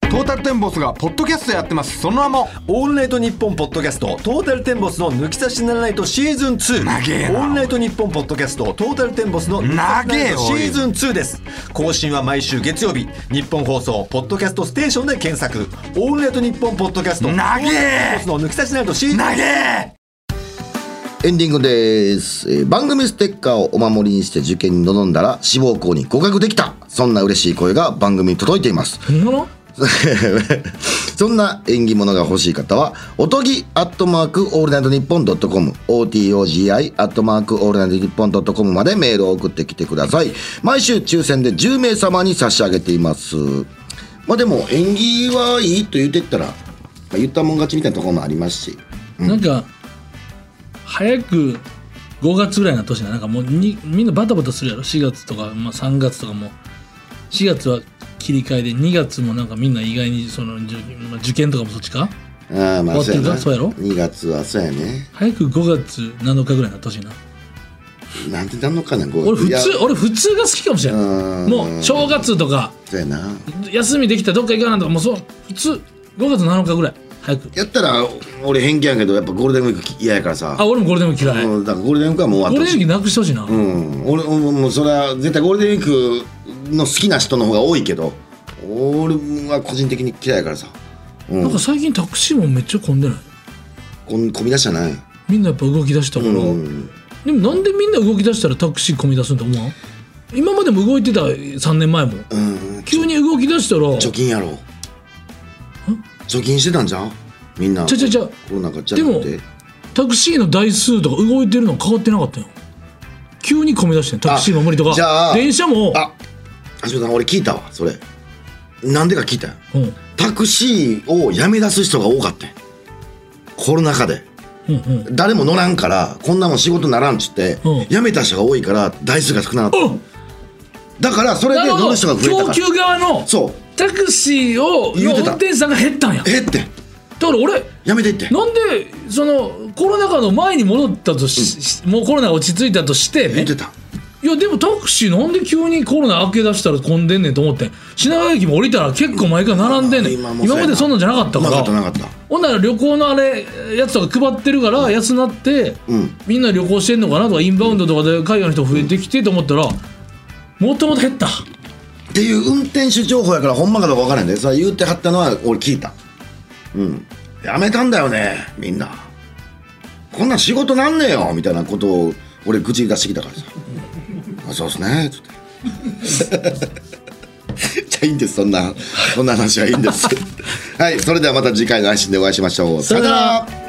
[SPEAKER 5] ト
[SPEAKER 6] トータルテンボスがポッドキャストやってますその名も
[SPEAKER 7] オールナイトニッポンポッドキャストトータルテンボスの抜き差しならないとシーズン2
[SPEAKER 6] 長えな
[SPEAKER 7] オールナイトニッポンポッドキャストトータルテンボスの抜き差しならないとシーズン2です更新は毎週月曜日日本放送ポッドキャストステーションで検索オールナイトニッポンポッドキャスト
[SPEAKER 6] 長え
[SPEAKER 7] トータルテンボスの抜き差しならないとシーズン2
[SPEAKER 6] 投げ
[SPEAKER 4] エンディングです、えー番組ステッカーをお守りにして受験に臨んだら志望校に合格できたそんな嬉しい声が番組に届いています [LAUGHS]
[SPEAKER 3] ほんまの
[SPEAKER 4] そんな縁起物が欲しい方は、おとぎアットマークオールナイトニッポンドットコム、OTOGI アットマークオールナイトニッポンドットコムまでメールを送ってきてください。毎週抽選で10名様に差し上げています。まあでも、縁起はいいと言ってったら、まあ言ったもん勝ちみたいなところもありますし、
[SPEAKER 3] なんか早く5月ぐらいの年ななんかもうにみんなバタバタするやろ4月とか、まあ、3月とかも4月は切り替えで2月もなんかみんな意外にその受,、まあ、受験とかもそっちか
[SPEAKER 4] ああま
[SPEAKER 3] 終
[SPEAKER 4] あ
[SPEAKER 3] わってるか
[SPEAKER 4] そうやな
[SPEAKER 3] そうや
[SPEAKER 4] 2月はそうやね。
[SPEAKER 3] 早く5月7日ぐらいの年な
[SPEAKER 4] なんてなんのかな、5
[SPEAKER 3] 俺普
[SPEAKER 4] いや
[SPEAKER 3] 通俺普通が好きかもしれない
[SPEAKER 4] うん
[SPEAKER 3] もう正月とか
[SPEAKER 4] そうやな。
[SPEAKER 3] 休みできたらどっか行かなとかもうそう普通5月7日ぐらい早く
[SPEAKER 4] やったら、俺偏見やけど、やっぱゴールデンウィーク嫌やからさ。
[SPEAKER 3] あ俺もゴールデンウィーク嫌いゴ
[SPEAKER 4] うんだからゴールデンウィークはもう終わっ
[SPEAKER 3] ー
[SPEAKER 4] て
[SPEAKER 3] ル
[SPEAKER 4] ほ
[SPEAKER 3] デ
[SPEAKER 4] し
[SPEAKER 3] ン
[SPEAKER 4] い
[SPEAKER 3] ウィークなくしてほしいな
[SPEAKER 4] うん、俺ももうそれは絶対ゴールデンウィークの好きな人の方が多いけど俺は個人的に嫌いやからさ、う
[SPEAKER 3] なん
[SPEAKER 4] ん
[SPEAKER 3] か、最近タクシーもめっちゃ混んでない
[SPEAKER 4] こん混み出したない、
[SPEAKER 3] みんなやっぱ動き出したから、
[SPEAKER 4] うん、
[SPEAKER 3] でもなんでみんな動き出したらタクシー混み出すんと思わん今までも動いてた3年前も
[SPEAKER 4] うん、
[SPEAKER 3] 急に動き出したら
[SPEAKER 4] 貯金やろ貯金してたんじゃんみんな
[SPEAKER 3] ちゃちゃちゃ
[SPEAKER 4] コロナかちゃなくて
[SPEAKER 3] でもタクシーの台数とか動いてるの変わってなかったよ急に混み出してんタクシーも無理と
[SPEAKER 4] あじゃ
[SPEAKER 3] か
[SPEAKER 4] あ
[SPEAKER 3] 電車も
[SPEAKER 4] あ橋本さん俺聞いたわそれなんでか聞いたよ
[SPEAKER 3] うん
[SPEAKER 4] タクシーをやめ出す人が多かったよコロナ禍で
[SPEAKER 3] うんうん
[SPEAKER 4] 誰も乗らんからこんなもん仕事ならんっつって、
[SPEAKER 3] うん
[SPEAKER 4] 辞めた人が多いから台数が少なかった
[SPEAKER 3] お
[SPEAKER 4] だからそれ
[SPEAKER 3] な
[SPEAKER 4] で
[SPEAKER 3] る
[SPEAKER 4] 乗
[SPEAKER 3] ほ
[SPEAKER 4] る
[SPEAKER 3] ど
[SPEAKER 4] 人が増えた
[SPEAKER 3] 供
[SPEAKER 4] か
[SPEAKER 3] 給
[SPEAKER 4] ら
[SPEAKER 3] 側の
[SPEAKER 4] そう
[SPEAKER 3] タクシーを
[SPEAKER 4] 言
[SPEAKER 3] の
[SPEAKER 4] う
[SPEAKER 3] 運
[SPEAKER 4] てた
[SPEAKER 3] 転手さんが減ったんやだか
[SPEAKER 4] えって
[SPEAKER 3] ら俺
[SPEAKER 4] やめてって
[SPEAKER 3] なんでそのコロナ禍の前に戻ったとし、もうコロナが落ち着いたとしてね
[SPEAKER 4] 言ってた
[SPEAKER 3] いやでもタクシーなんで急にコロナ明け出したら混んでんねんと思ってん品川駅も降りたら結構前から並んでんねん
[SPEAKER 4] あ
[SPEAKER 3] 今
[SPEAKER 4] ーもうや
[SPEAKER 3] までそんなんじゃなかったか
[SPEAKER 4] なかったな
[SPEAKER 3] ら
[SPEAKER 4] かった
[SPEAKER 3] ほんなら旅行のあれやつとか配ってるから安なって、
[SPEAKER 4] うん
[SPEAKER 3] みんな旅行してんのかなとかインバウンドとかで海外の人増えてきてと思ったらもともと減った
[SPEAKER 4] っていう運転手情報やからほんまかどうか分からへんでそれ言うてはったのは俺聞いたうんやめたんだよねみんなこんなん仕事なんねえよみたいなことを俺愚痴出してきたからさ「あそうっすね」つって [LAUGHS] じゃあいいんですそんなそんな話はいいんですはいそれではまた次回の配信でお会いしましょう
[SPEAKER 3] さよなら